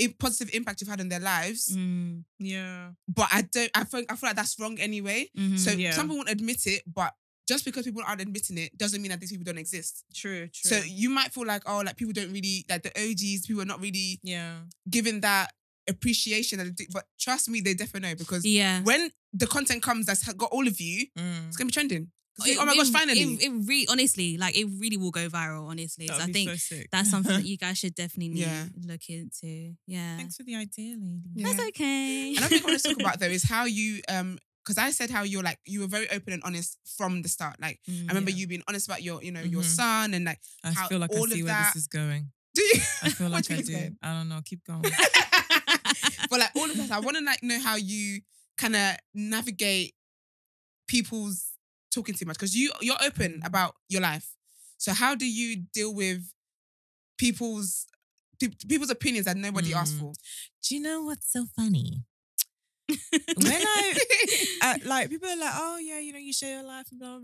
S3: i- positive impact you've had on their lives.
S2: Mm,
S4: (laughs) Yeah.
S3: But I don't. I think I feel like that's wrong anyway.
S2: mhm.
S3: So
S4: Mm, yeah.
S3: some people won't admit it, but just because people aren't admitting it doesn't mean that these people don't exist.
S4: True. True.
S3: So you might feel like oh, like people don't really like the OGs. People are not really
S4: yeah.
S3: given that appreciation. That they do. But trust me, they definitely know because
S2: yeah.
S3: when the content comes that's ha- got all of you,
S4: Mm.
S3: it's gonna be trending. 'Cause
S2: It-
S3: oh my
S2: it-
S3: gosh, finally!
S2: It, it really, honestly, like it really will go viral. Honestly, so
S4: That would
S2: I
S4: be
S2: think
S4: so sick.
S2: that's something
S4: (laughs)
S3: (laughs)
S2: that you guys should definitely need
S3: Yeah.
S2: look into. Yeah,
S4: Thanks for the idea, lady.
S3: Yeah.
S2: that's okay. (laughs)
S3: Another thing I want to talk about though is how you um because I said how you're like you were very open and honest from the start. Like I remember you being honest about your you know your
S4: Mhm.
S3: son and like
S4: Mm. I
S3: How
S4: feel like I
S3: all of
S4: see where
S3: that-
S4: this is going.
S3: do you? (laughs)
S4: I feel
S3: What do
S4: like
S3: you
S4: I
S3: think
S4: do.
S3: it's going?
S4: I don't know. Keep going.
S3: but like all of that, I want to like know how you kind of navigate people's talking too much because you you're open about your life. So how do you deal with people's pe- people's opinions that nobody asked
S4: Mm.
S3: for?
S4: do you know what's so funny? when
S2: (laughs)
S4: I
S3: um,
S4: uh, like people are like, oh yeah, you know, you share your life and blah blah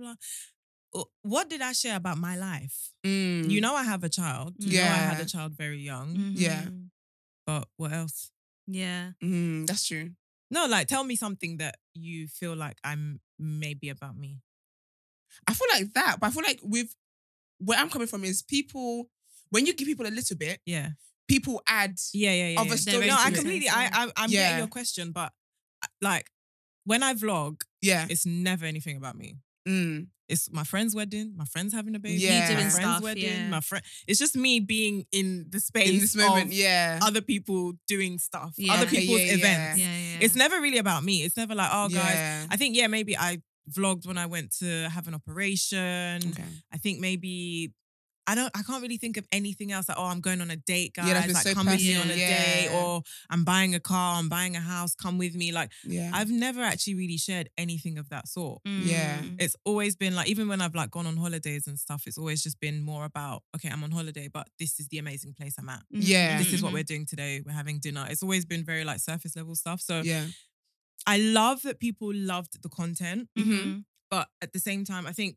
S4: blah. Wh- What did I share about my life?
S3: Mm.
S4: You know, I have a child. You know, I had
S3: Yeah.
S4: a child very young.
S3: Yeah.
S2: Mhm.
S4: But what else?
S2: yeah.
S3: Mm, that's true.
S4: No, like tell me something that you feel like I'm maybe about me.
S3: I feel like that, but I feel like with where I'm coming from is people when you give people a little bit,
S4: Yeah,
S3: people add
S4: yeah, yeah, yeah.
S3: Of a
S4: yeah.
S3: story
S4: No,
S3: to
S4: I
S3: it.
S4: completely. I, I I'm
S3: Yeah.
S4: getting your question, but uh, like when I vlog,
S3: yeah.
S4: it's never anything about me.
S3: Mm.
S4: It's my friend's wedding, my friend's having a baby,
S3: Yeah.
S4: my
S3: Me doing
S4: friend's
S2: stuff,
S4: wedding,
S2: yeah.
S4: my friend. It's just me being in the space
S3: In this moment,
S4: of
S3: yeah.
S4: other people doing stuff,
S2: Yeah.
S4: other
S2: Okay,
S4: people's
S3: yeah,
S4: events.
S2: Yeah, yeah.
S4: It's never really about me. It's never like, oh, guys,
S3: yeah. mm,
S4: I think, yeah, maybe I vlogged when I went to have an operation.
S3: okay.
S4: I think maybe. I don't. I can't really think of anything else. Like, oh, I'm going on a date, guys.
S3: Yeah, that's been
S4: like,
S3: so
S4: come with me on a
S3: personal.
S4: day,
S3: Yeah.
S4: or I'm buying a car, I'm buying a house. Come with me. Like,
S3: Yeah.
S4: I've never actually really shared anything of that sort.
S3: Yeah.
S2: Mm.
S4: It's always been like, even when I've like gone on holidays and stuff, it's always just been more about, okay, I'm on holiday, but this is the amazing place I'm at.
S3: Yeah.
S4: Mm-hmm. This is what
S2: Mhm.
S4: we're doing today. We're having dinner. It's always been very like surface level stuff. So
S3: yeah.
S4: I love that people loved the content,
S3: Mm-hmm.
S2: Mhm.
S4: but at the same time, I think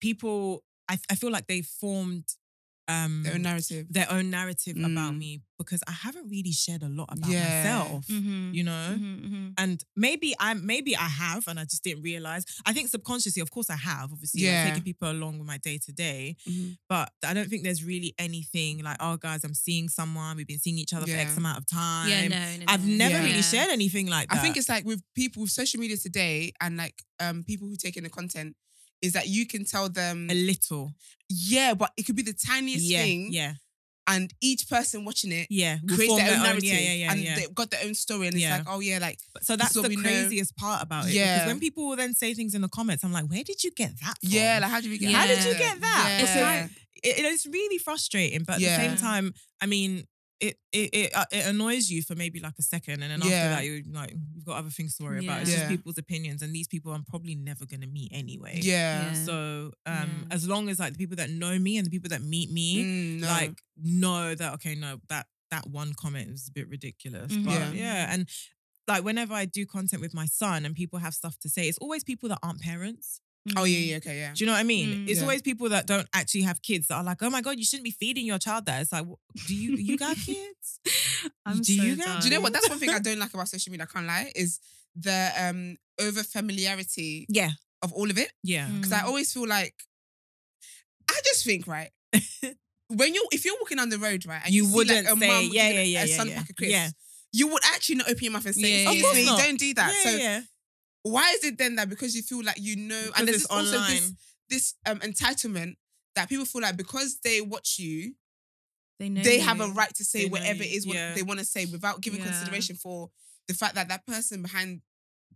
S4: people, I, I feel like they formed um,
S3: Their own narrative.
S4: their own narrative about
S3: Mm.
S4: me because I haven't really shared a lot about
S3: Yeah.
S4: myself,
S2: Mhm.
S4: you know?
S2: Mhm, mhm.
S4: and maybe I maybe I have, and I just didn't realize. I think subconsciously, of course, I have. Obviously, like,
S3: Yeah.
S4: taking people along with my day to day,
S3: Mhm.
S4: but I don't think there's really anything like, oh, guys, I'm seeing someone. We've been seeing each other for
S3: Yeah.
S4: X amount of time.
S2: Yeah, no, no, no.
S4: I've never
S3: Yeah.
S4: really shared anything like
S3: I
S4: that.
S3: think it's like with people with social media today and like um people who take in the content is that you can tell them
S4: a little.
S3: yeah, but it could be the tiniest
S4: Yeah,
S3: thing
S4: yeah,
S3: and each person watching it
S4: yeah. We'll
S3: creates
S4: form
S3: their own narrative
S4: Yeah, yeah, yeah.
S3: and
S4: yeah.
S3: they've got their own story and
S4: Yeah.
S3: it's like oh yeah like
S4: so
S3: this
S4: that's
S3: is what
S4: the
S3: we know.
S4: craziest part about it.
S3: Yeah.
S4: Because when people will then say things in the comments, I'm like, where did you get that? From?
S3: yeah like how did we get
S2: How did you
S4: get that?
S3: Yeah.
S4: It's like- it, it's really frustrating, but at the
S3: Yeah.
S4: same time, I mean, it it it, uh, it annoys you for maybe like a second, and then after
S3: Yeah.
S4: that, you're like, you've got other things to worry about. It's
S3: Yeah.
S4: just people's opinions, and these people I'm probably never gonna meet anyway.
S3: yeah.
S2: Yeah.
S4: So um,
S2: Yeah.
S4: as long as like the people that know me and the people that meet me,
S3: Mm, no.
S4: like know that okay, no, that that one comment is a bit ridiculous,
S2: Mhm.
S4: but
S3: Yeah.
S4: yeah. and. Like whenever I do content with my son and people have stuff to say, it's always people that aren't parents.
S3: oh yeah, yeah, okay, yeah.
S4: mm. Do you know what I mean?
S2: Mm.
S4: It's
S3: Yeah.
S4: always people that don't actually have kids that are like, "Oh my god, you shouldn't be feeding your child that." It's like, wh- do you you (laughs) got kids?
S2: Mm-hmm. I'm
S4: Do
S2: so
S4: you guys-
S3: Do you know what?
S2: done.
S3: That's one thing I don't like about social media. I can't lie. Is the um over familiarity
S4: Yeah,
S3: of all of it?
S4: yeah, Mm.
S3: Because I always feel like I just think right when you if you're walking down the road right and
S4: You
S3: you, see,
S4: wouldn't
S3: like, a
S4: say,
S3: mum
S4: yeah,
S3: giving
S4: yeah,
S3: a
S4: yeah,
S3: son
S4: yeah,
S3: pack of crisps,
S4: yeah.
S3: you would actually not open your mouth and say
S2: Yeah, yeah,
S3: excuse me,
S4: yeah. Of course
S3: don't do that.
S4: yeah,
S3: so
S4: yeah.
S3: why is it then that because you feel like you know
S4: Because
S3: and there's
S4: it's
S3: this, also this this um entitlement that people feel like because they watch you
S2: they, know
S3: they
S2: you.
S3: have a right to say
S4: They know
S3: whatever it
S4: you,
S3: is what
S4: yeah.
S3: they want to say without giving
S2: Yeah.
S3: consideration for the fact that that person behind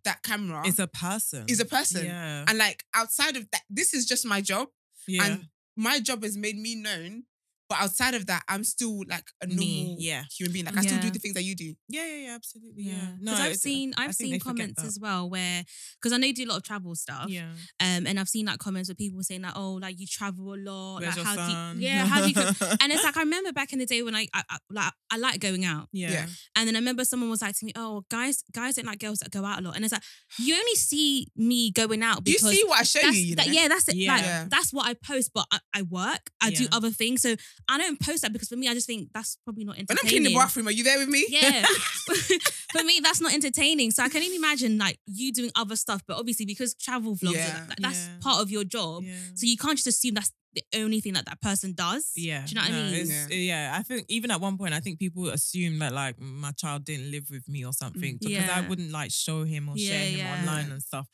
S3: that camera
S4: It's a person.
S3: is a person.
S4: Yeah,
S3: And like outside of that, this is just my job.
S4: yeah.
S3: And my job has made me known. But outside of that, I'm still like a normal
S4: Me, yeah.
S3: human being. Like I still do
S2: Yeah.
S3: the things that you do.
S4: yeah, yeah, yeah. Absolutely. Yeah.
S2: Yeah, because
S4: No,
S2: I've
S4: it's-
S2: seen
S4: I
S2: I've
S4: think
S2: seen
S4: they forget
S2: comments
S4: that.
S2: as well where because I know you do a lot of travel stuff.
S4: Yeah.
S2: Um, and I've seen like comments where people saying like, "Oh, like you travel a lot. like,
S4: Where's your
S2: how
S4: son?"
S2: do you, yeah? How do you?" cook?"
S4: (laughs)
S2: and it's like I remember back in the day when I, I, I like I like going out,
S4: Yeah.
S3: Yeah.
S2: and then I remember someone was like to me, "Oh, guys, guys don't like girls that go out a lot," and it's like you only see me going out
S3: You
S2: because
S3: see what I show you,
S2: that's,
S3: you know?
S2: that- yeah, that's it.
S4: Yeah.
S2: Like
S3: Yeah.
S2: that's what I post, but I, I work, I do
S4: Yeah.
S2: other things, so I don't post that because for me, I just think that's probably not
S3: When I'm
S2: entertaining.
S3: cleaning the bathroom, are you there with me?
S2: Yeah. (laughs) For me, that's not entertaining. So I can only imagine like you doing other stuff, but obviously because travel vlogs, are
S3: Yeah.
S2: like that- that's
S4: Yeah.
S2: part of your job.
S4: Yeah.
S2: So you can't just assume that's the only thing that that person does.
S4: Yeah.
S2: Do you know what I
S4: no,
S2: mean?
S4: it's- Yeah. I think even at one point, I think people assumed that like my child didn't live with me or something because
S2: Mm, Yeah.
S4: I wouldn't like show him or share
S2: Yeah,
S4: him
S2: yeah.
S4: online and stuff.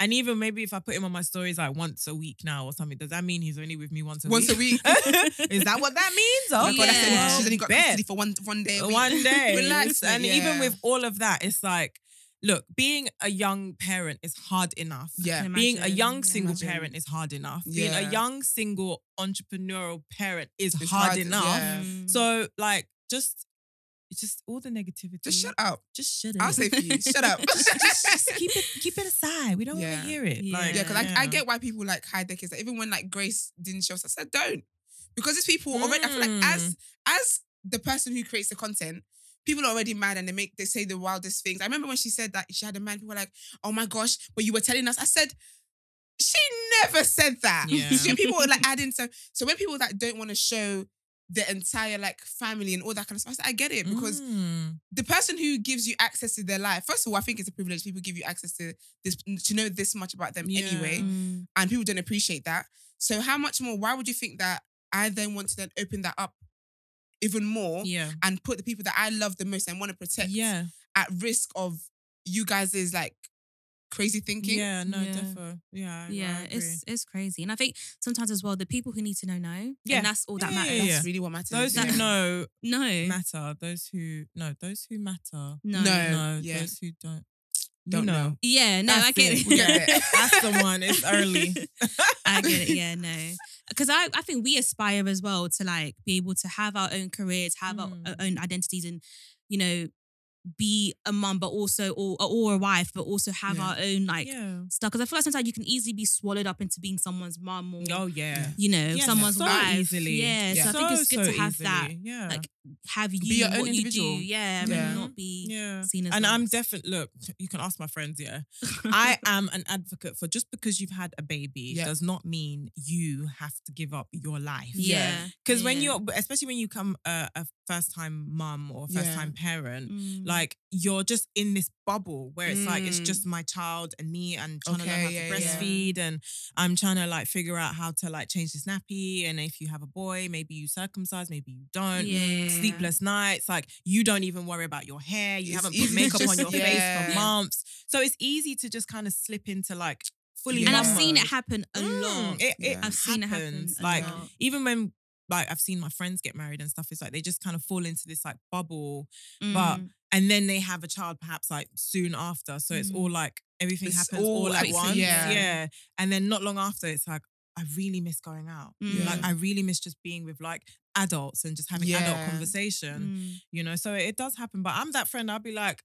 S4: And even maybe if I put him on my stories like once a week now or something, does that mean he's only with me once a
S3: Once a
S4: week?
S3: week.
S4: (laughs) Is that what that (laughs) means?
S3: Oh
S4: Oh,
S3: my god, that's
S2: Yeah.
S3: it. She's only got
S4: Bet.
S3: custody for one one day. a week.
S4: (laughs) One
S3: (laughs)
S4: day.
S3: Relax,
S4: and
S3: yeah.
S4: even with all of that, it's like, look, being a young parent is hard enough.
S3: Yeah.
S2: Can
S4: Being a
S2: imagine,
S4: young
S2: yeah.
S4: single
S3: Imagine.
S4: parent is hard enough. Being
S3: Yeah.
S4: a young single entrepreneurial parent is
S3: It's
S4: hard,
S3: hard,
S4: enough.
S3: yeah.
S2: Mm.
S4: So like just just all the negativity.
S3: Just shut up.
S4: Just shut
S3: I'll
S4: it.
S3: say for you, shut up. (laughs)
S4: just, just- just keep it keep it aside. We don't
S3: Yeah.
S4: want to hear it. Like,
S3: Yeah, because I, I
S4: yeah.
S3: get why people like hide their kids. Like, even when like Grace didn't show us, I said don't, because these people already. I feel like as
S4: Mm.
S3: as the person who creates the content, people are already mad and they make they say the wildest things. I remember when she said that she had a man. People were like, "Oh my gosh!" But you were telling us. I said. She never said that. (laughs)
S4: Yeah.
S3: So people were like adding so so when people that don't want to show the entire like family and all that kind of stuff, I, said, I get it because um,
S4: Mm.
S3: the person who gives you access to their life, first of all, I think it's a privilege people give you access to this to know this much about them
S4: Yeah.
S3: anyway,
S2: Mm.
S3: and people don't appreciate that. So how much more? Why would you think that I then want to then open that up even more
S4: yeah.
S3: and put the people that I love the most and want to protect
S4: Yeah.
S3: at risk of you guys is like crazy thinking?
S4: Yeah, no,
S2: Yeah.
S4: definitely. Yeah, I- I
S2: yeah,
S4: agree.
S2: it's it's crazy. And I think sometimes as well, the people who need to know know.
S4: Yeah.
S2: And that's all that
S4: Yeah,
S2: matters.
S4: yeah, yeah.
S3: That's really what matters.
S4: Those
S3: yeah.
S4: who know
S2: No.
S4: matter. Those who no, those who matter.
S2: No.
S3: No.
S4: No,
S3: yeah.
S4: those who don't. you
S3: Don't know.
S2: Yeah, no,
S4: That's
S2: I get it.
S4: it.
S3: We
S2: (laughs)
S3: get it.
S4: That's the one. It's early.
S2: I get it.
S4: (laughs)
S2: Yeah, no. Because I, I think we aspire as well to like be able to have our own careers, have our,
S4: Mm.
S2: our own identities, and you know, be a mum, but also or or a wife, but also have
S3: Yeah.
S2: our own like
S4: yeah.
S2: stuff. Because I feel like sometimes you can easily be swallowed up into being someone's mum or
S4: Oh yeah.
S2: you know
S4: Yeah,
S2: someone's
S4: so
S2: wife.
S4: easily.
S2: Yeah, so I think it's good
S4: so
S2: to have that.
S4: easily. Yeah.
S2: Like have you
S3: your
S2: what
S3: own
S2: you do.
S3: individual.
S2: Yeah, and
S3: Yeah.
S2: not be
S4: yeah.
S2: seen as.
S4: And I'm
S2: mums.
S4: definitely look. You can ask my friends. Yeah, I am an advocate for just because you've had a baby
S3: Yeah.
S4: does not mean you have to give up your life.
S2: yeah
S4: because when
S2: yeah.
S4: you're, especially when you come a, a first time mum or
S3: Yeah.
S4: first time parent,
S2: Mm.
S4: like you're just in this bubble where it's like it's
S3: Mm.
S4: just my child and me and trying to
S3: Okay,
S4: learn how
S3: yeah,
S4: to
S3: yeah.
S4: breastfeed and I'm trying to like figure out how to like change the nappy and if you have a boy maybe you circumcise maybe you don't
S2: Yeah.
S4: sleepless nights like you don't even worry about your hair you
S3: It's
S4: haven't
S3: easy
S4: put
S3: to
S4: makeup
S3: just-
S4: on
S2: (laughs)
S4: your face
S3: yeah.
S4: for months so it's easy to just kind of slip into like fully
S3: Yeah.
S2: and I've
S4: mum
S2: seen it
S4: mode.
S2: happen a
S4: Mm,
S2: lot.
S4: It, it
S3: Yeah.
S2: I've seen it happen
S4: happens.
S2: a
S4: Like
S2: lot.
S4: even when like I've seen my friends get married and stuff, it's like they just kind of fall into this like bubble,
S2: Mm.
S4: but and then they have a child perhaps like soon after. So it's
S2: Mm.
S4: all like everything
S3: It's
S4: happens
S3: all
S4: all, at
S3: quick,
S4: once.
S3: yeah.
S4: And then not long after, it's like I really miss going out.
S2: Mm.
S4: Like I really miss just being with like adults and just having
S3: Yeah.
S4: adult conversation.
S2: Mm.
S4: You know, so it does happen. But I'm that friend. I'll be like,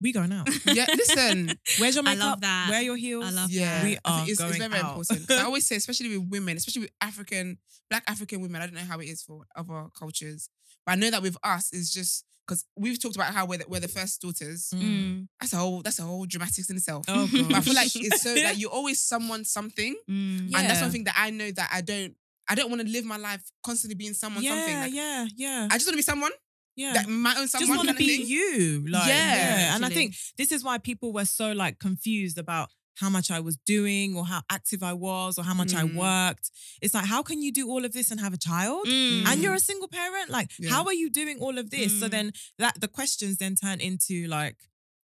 S4: we
S3: (laughs)
S4: going out.
S3: Yeah, listen.
S4: Where's your
S2: I
S4: makeup?
S2: love that.
S4: Where are your heels?
S2: I love
S3: Yeah,
S2: that.
S4: We
S3: I think
S4: are
S3: it's, it's
S4: going
S3: very
S4: out.
S3: important.
S4: (laughs)
S3: 'Cause I always say, especially with women, especially with African, Black African women. I don't know how it is for other cultures, but I know that with us, it's just because we've talked about how we're the, we're the first daughters.
S4: Mm.
S3: That's a whole that's a whole dramatics in itself.
S4: Oh,
S3: (laughs) But I feel like
S4: gosh.
S3: it's so
S4: (laughs)
S3: that you're always someone something,
S2: Mm.
S3: and that's
S4: Yeah.
S3: one thing that I know that I don't. I don't want to live my life constantly being someone
S4: yeah,
S3: something. Like,
S4: yeah, yeah,
S3: I just want to be someone
S4: yeah.
S3: that my own someone.
S4: just want to
S3: kind of
S4: be
S3: thing.
S4: you, like
S3: Yeah.
S4: yeah.
S3: Yeah,
S4: And I
S2: actually.
S4: think this is why people were so like confused about how much I was doing, or how active I was, or how much
S3: Mm.
S4: I worked. It's like how can you do all of this and have a child?
S2: Mm.
S4: And you're a single parent. Like,
S3: Yeah.
S4: how are you doing all of this? So
S2: Mm.
S4: then that the questions then turn into like,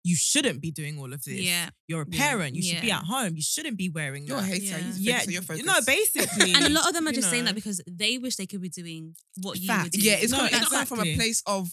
S4: you shouldn't be doing all of this.
S2: Yeah.
S4: You're a
S3: Yeah.
S4: parent. You should be
S2: Yeah.
S4: at home. You shouldn't be wearing
S3: You're a
S4: that.
S3: hater.
S2: Yeah.
S3: You need to focus on
S4: yeah,
S3: your focus.
S2: (laughs)
S4: no, basically.
S2: And a lot of them are
S4: you
S2: just saying
S4: know.
S2: that because they wish they could be doing what you were
S4: Fact.
S2: doing.
S3: Yeah, it's
S4: No,
S3: coming it's coming from a
S4: exactly.
S3: place of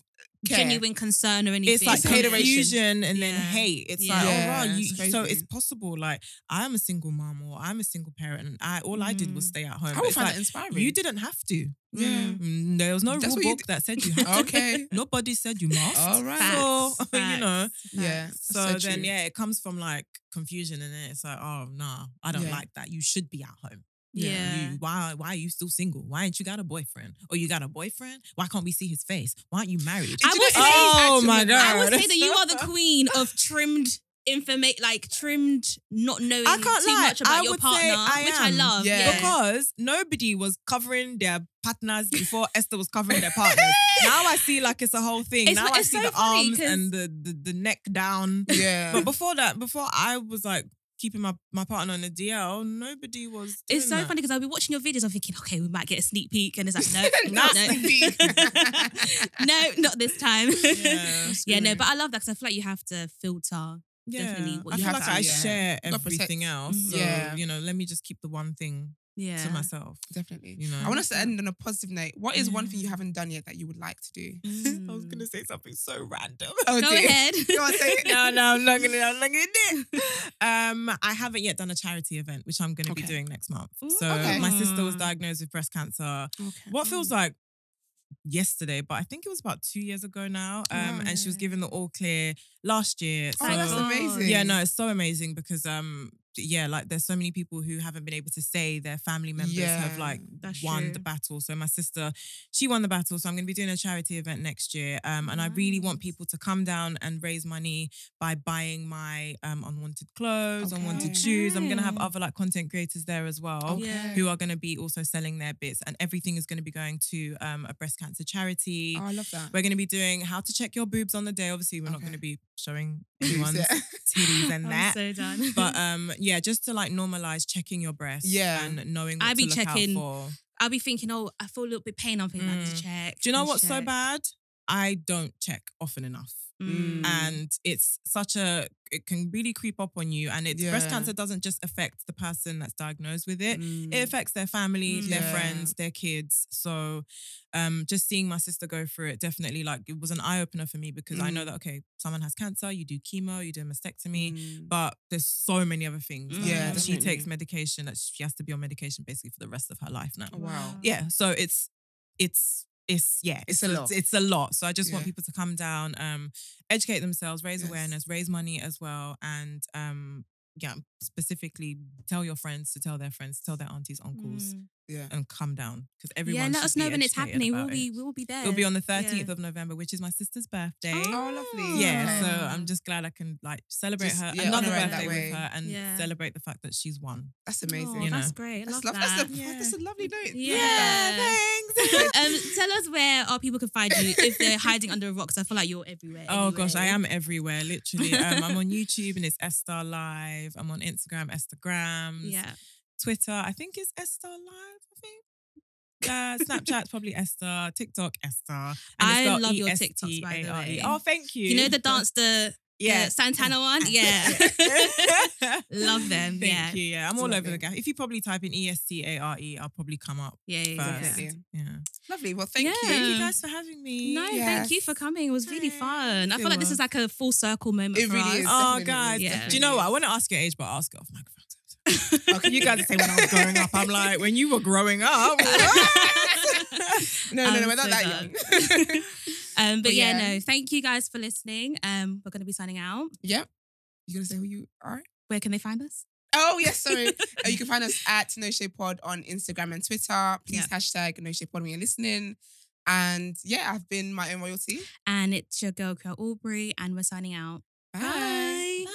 S3: care.
S2: genuine concern or anything.
S4: It's like
S3: It's hateration.
S4: confusion and then
S2: Yeah.
S4: hate. It's
S2: Yeah.
S4: like,
S3: Yeah,
S4: oh wow, you,
S3: it's
S4: so it's
S3: crazy.
S4: possible. Like I'm a single mom or I'm a single parent, and I all I did was
S2: Mm.
S4: stay at home.
S3: I
S4: But
S3: would
S4: it's
S3: find
S4: like,
S3: that inspiring.
S4: you didn't have to.
S3: Yeah.
S4: Mm, there was no
S3: That's
S4: rule
S3: what you
S4: book
S3: did.
S4: that said you had to.
S3: Okay.
S4: (laughs) Nobody said you must.
S3: All right.
S2: Facts,
S4: (laughs) So (laughs) you
S2: facts,
S4: know.
S2: facts.
S3: Yeah.
S4: So, then
S3: true.
S4: yeah, it comes from like confusion and then it's like, oh nah, I don't
S3: Yeah.
S4: like that. You should be at home.
S2: Yeah.
S4: You, why why are you still single? Why ain't you got a boyfriend? Or you got a boyfriend? Why can't we see his face? Why aren't you married?
S2: I
S3: Did you
S2: would
S3: know
S2: say-
S3: Aries
S4: Oh
S3: acts
S4: my
S3: with-
S4: God. (laughs)
S2: I would say that you are the queen of trimmed information, like trimmed, not knowing
S4: I can't
S2: too
S4: lie.
S2: much about
S4: I
S2: your
S4: would say
S2: partner,
S4: I
S2: which I
S4: am.
S2: love.
S3: Yeah.
S2: Yeah.
S4: because nobody was covering their partners
S2: (laughs)
S4: before Esther was covering their partners. Now I see like it's a whole thing.
S2: It's-
S4: now I
S2: it's
S4: see
S2: so
S4: the
S2: funny
S4: arms
S2: 'cause-
S4: and the, the the neck down. (laughs)
S3: Yeah. (laughs)
S4: But before that, before I was like keeping my, my partner on the DL, nobody was.
S2: It's so
S4: doing that.
S2: funny because I'll be watching your videos. I'm thinking, okay, we might get a sneak peek, and it's like, no,
S4: (laughs)
S3: Not
S2: no,
S3: sneak
S2: (laughs)
S3: peek.
S2: no, not this time.
S4: (laughs) Yeah, it's
S2: (laughs) Yeah, no,
S4: great.
S2: but I love that because I feel like you have to filter.
S4: Yeah,
S2: definitely what
S4: I
S2: you
S4: feel
S2: have
S4: like
S3: to
S4: I
S3: do, yeah.
S4: share
S3: Gotta protect.
S4: everything else.
S2: Mhm.
S4: So,
S3: Yeah.
S4: you know, let me just keep the one thing
S2: Yeah,
S4: to myself.
S3: Definitely.
S4: You know,
S3: I want us to end on a positive note. What is one
S4: Yeah.
S3: thing you haven't done yet that you would like to do? (laughs)
S4: I was
S2: Mm.
S4: gonna say something so random.
S2: (laughs)
S3: Oh,
S2: Go
S3: dear.
S2: ahead.
S3: (laughs) Go on,
S2: (laughs)
S3: say it.
S4: no, no, I'm not gonna. I'm not gonna do
S3: (laughs)
S4: it. Um, I haven't yet done a charity event, which I'm gonna be
S3: Okay.
S4: doing next month.
S2: Ooh.
S4: So
S3: Okay.
S4: my sister was diagnosed with breast cancer.
S3: Okay. Hmm.
S4: What feels like yesterday, but I think it was about two years ago now. Um, and she was
S2: Wow.
S4: given the all clear last year.
S3: Oh,
S4: so
S3: that's
S2: God.
S3: amazing.
S4: yeah, no, it's so amazing because um, yeah, like there's so many people who haven't been able to say their family members have
S3: Yeah,
S4: like
S2: that's
S4: won
S2: true.
S4: the battle. So my sister, she won the battle. So I'm gonna be doing a charity event next year. Um, and I really want
S2: Nice.
S4: people to come down and raise money by buying my um unwanted clothes, unwanted
S3: Okay.
S4: shoes. I'm gonna have
S2: Okay. Oh,
S4: other like content creators there as well
S2: Yeah.
S4: who are going to be also selling their bits and everything is going to be going to um, a breast cancer charity
S3: Oh, I love that.
S4: we're going to be doing how to check your boobs on the day obviously we're not
S3: Okay.
S4: going to be
S2: (laughs)
S4: showing
S3: Boobs,
S4: anyone's
S3: yeah.
S4: titties and that
S2: I'm so done. (laughs)
S4: but um yeah just to like normalize checking your breasts
S3: Yeah.
S4: and knowing what
S2: I be
S4: to look
S2: checking-
S4: out for
S2: I'll be thinking, oh, I feel a little bit pain. I'm thinking, I need to
S4: Mm.
S2: check.
S4: do you know
S2: need to
S4: what's so
S2: check.
S4: bad i don't check often enough
S2: Mm.
S4: and it's such a it can really creep up on you and it's breast
S3: Yeah.
S4: cancer doesn't just affect the person that's diagnosed with it
S3: Mm.
S4: it affects their family,
S2: Mm.
S4: their
S3: Yeah.
S4: friends, their kids. So, um, just seeing my sister go through it definitely like it was an eye opener for me because I know
S3: Mm.
S4: that okay, someone has cancer, you do chemo, you do a mastectomy,
S3: Mm.
S4: but there's so many other things. Like,
S3: Yeah,
S4: she
S3: definitely.
S4: takes medication that she has to be on medication basically for the rest of her life now.
S3: Oh, wow.
S4: Yeah, so it's it's. It's yeah,
S3: It's a lot.
S4: It's a lot. So I just want
S3: Yeah.
S4: people to come down, um, educate themselves, raise
S3: Yes.
S4: awareness, raise money as well, and um, yeah, specifically tell your friends to tell their friends, tell their aunties, uncles,
S2: Mm.
S3: Yeah.
S4: and come down because everyone.
S2: Yeah, let
S4: should
S2: us
S4: be
S2: know when it's
S4: educated
S2: happening. We'll
S4: about
S2: be
S4: It.
S2: we'll be there.
S4: It'll be on the
S2: Yeah.
S4: thirtieth of November, which is my sister's birthday.
S3: Oh, lovely.
S4: Yeah,
S3: Okay.
S4: so
S2: Oh.
S4: um, I'm just glad I can like celebrate
S3: Just,
S4: her
S3: yeah, honour
S4: another
S3: it that
S4: birthday
S3: way.
S4: with her and
S2: Yeah.
S4: celebrate the fact that she's won.
S3: That's
S2: Oh,
S3: amazing.
S4: you know.
S2: that's great. I love
S3: That's, lov-
S2: that.
S3: (laughs) That's, a, that's a lovely note.
S2: Yeah.
S4: thanks.
S2: um, tell us where our people can find you if they're hiding under a rock. 'cause I feel like you're everywhere.
S4: Oh gosh, I
S2: anyway.
S4: am everywhere, literally. Um, I'm on YouTube and it's Estar Live. I'm on Instagram, Estergrams.
S2: Yeah.
S4: Twitter, I think it's Esther Live, I think. Uh, Snapchat's probably Esther, TikTok Esther. And it's
S2: I
S4: spelled
S2: love your
S4: E-S-T-A-R-E.
S2: TikToks, by the way.
S4: Oh, thank you.
S2: You know the dance, the yeah.
S4: (laughs)
S2: Santana one? Yeah. Love them,
S4: Thank
S2: yeah.
S4: you. Yeah, I'm all over
S3: Lovely.
S4: the gap. If you probably type in E S T A R E, I'll probably come up.
S2: yeah, yeah, yeah.
S4: First.
S3: Definitely.
S4: Yeah.
S3: Lovely. Well, thank
S2: Yeah.
S4: Thank
S3: you.
S4: you guys for having me.
S2: No, thank you for coming. It was really
S4: Thanks.
S2: fun. I
S4: It
S2: feel like this
S4: was.
S2: is like a full circle moment
S3: It
S2: for
S3: really
S2: us.
S3: is.
S4: Oh,
S3: Definitely,
S4: guys.
S2: yeah.
S4: Do you know what? I want to ask your age, but I'll ask it off microphone.
S3: Okay,
S4: You guys say when I was growing up. I'm like, when you were growing up. (laughs)
S2: Oh.
S3: (laughs) No, no,
S2: I'm
S3: no, we're not
S2: so
S3: that
S2: done. (laughs)
S3: young. (laughs)
S2: Um, but,
S3: But
S2: yeah,
S3: yeah.
S2: no, thank you guys for listening. Um, we're going to be signing out.
S3: yep. You gonna say who you are?
S2: Where can they find us?
S3: Oh yes, sorry. Uh, you can find us at No Shade Pod on Instagram and Twitter. Please hashtag No Shade Pod when you're listening. And yeah, I've been my own royalty.
S2: And it's your girl, Kel Aubrey, and we're signing out. Bye.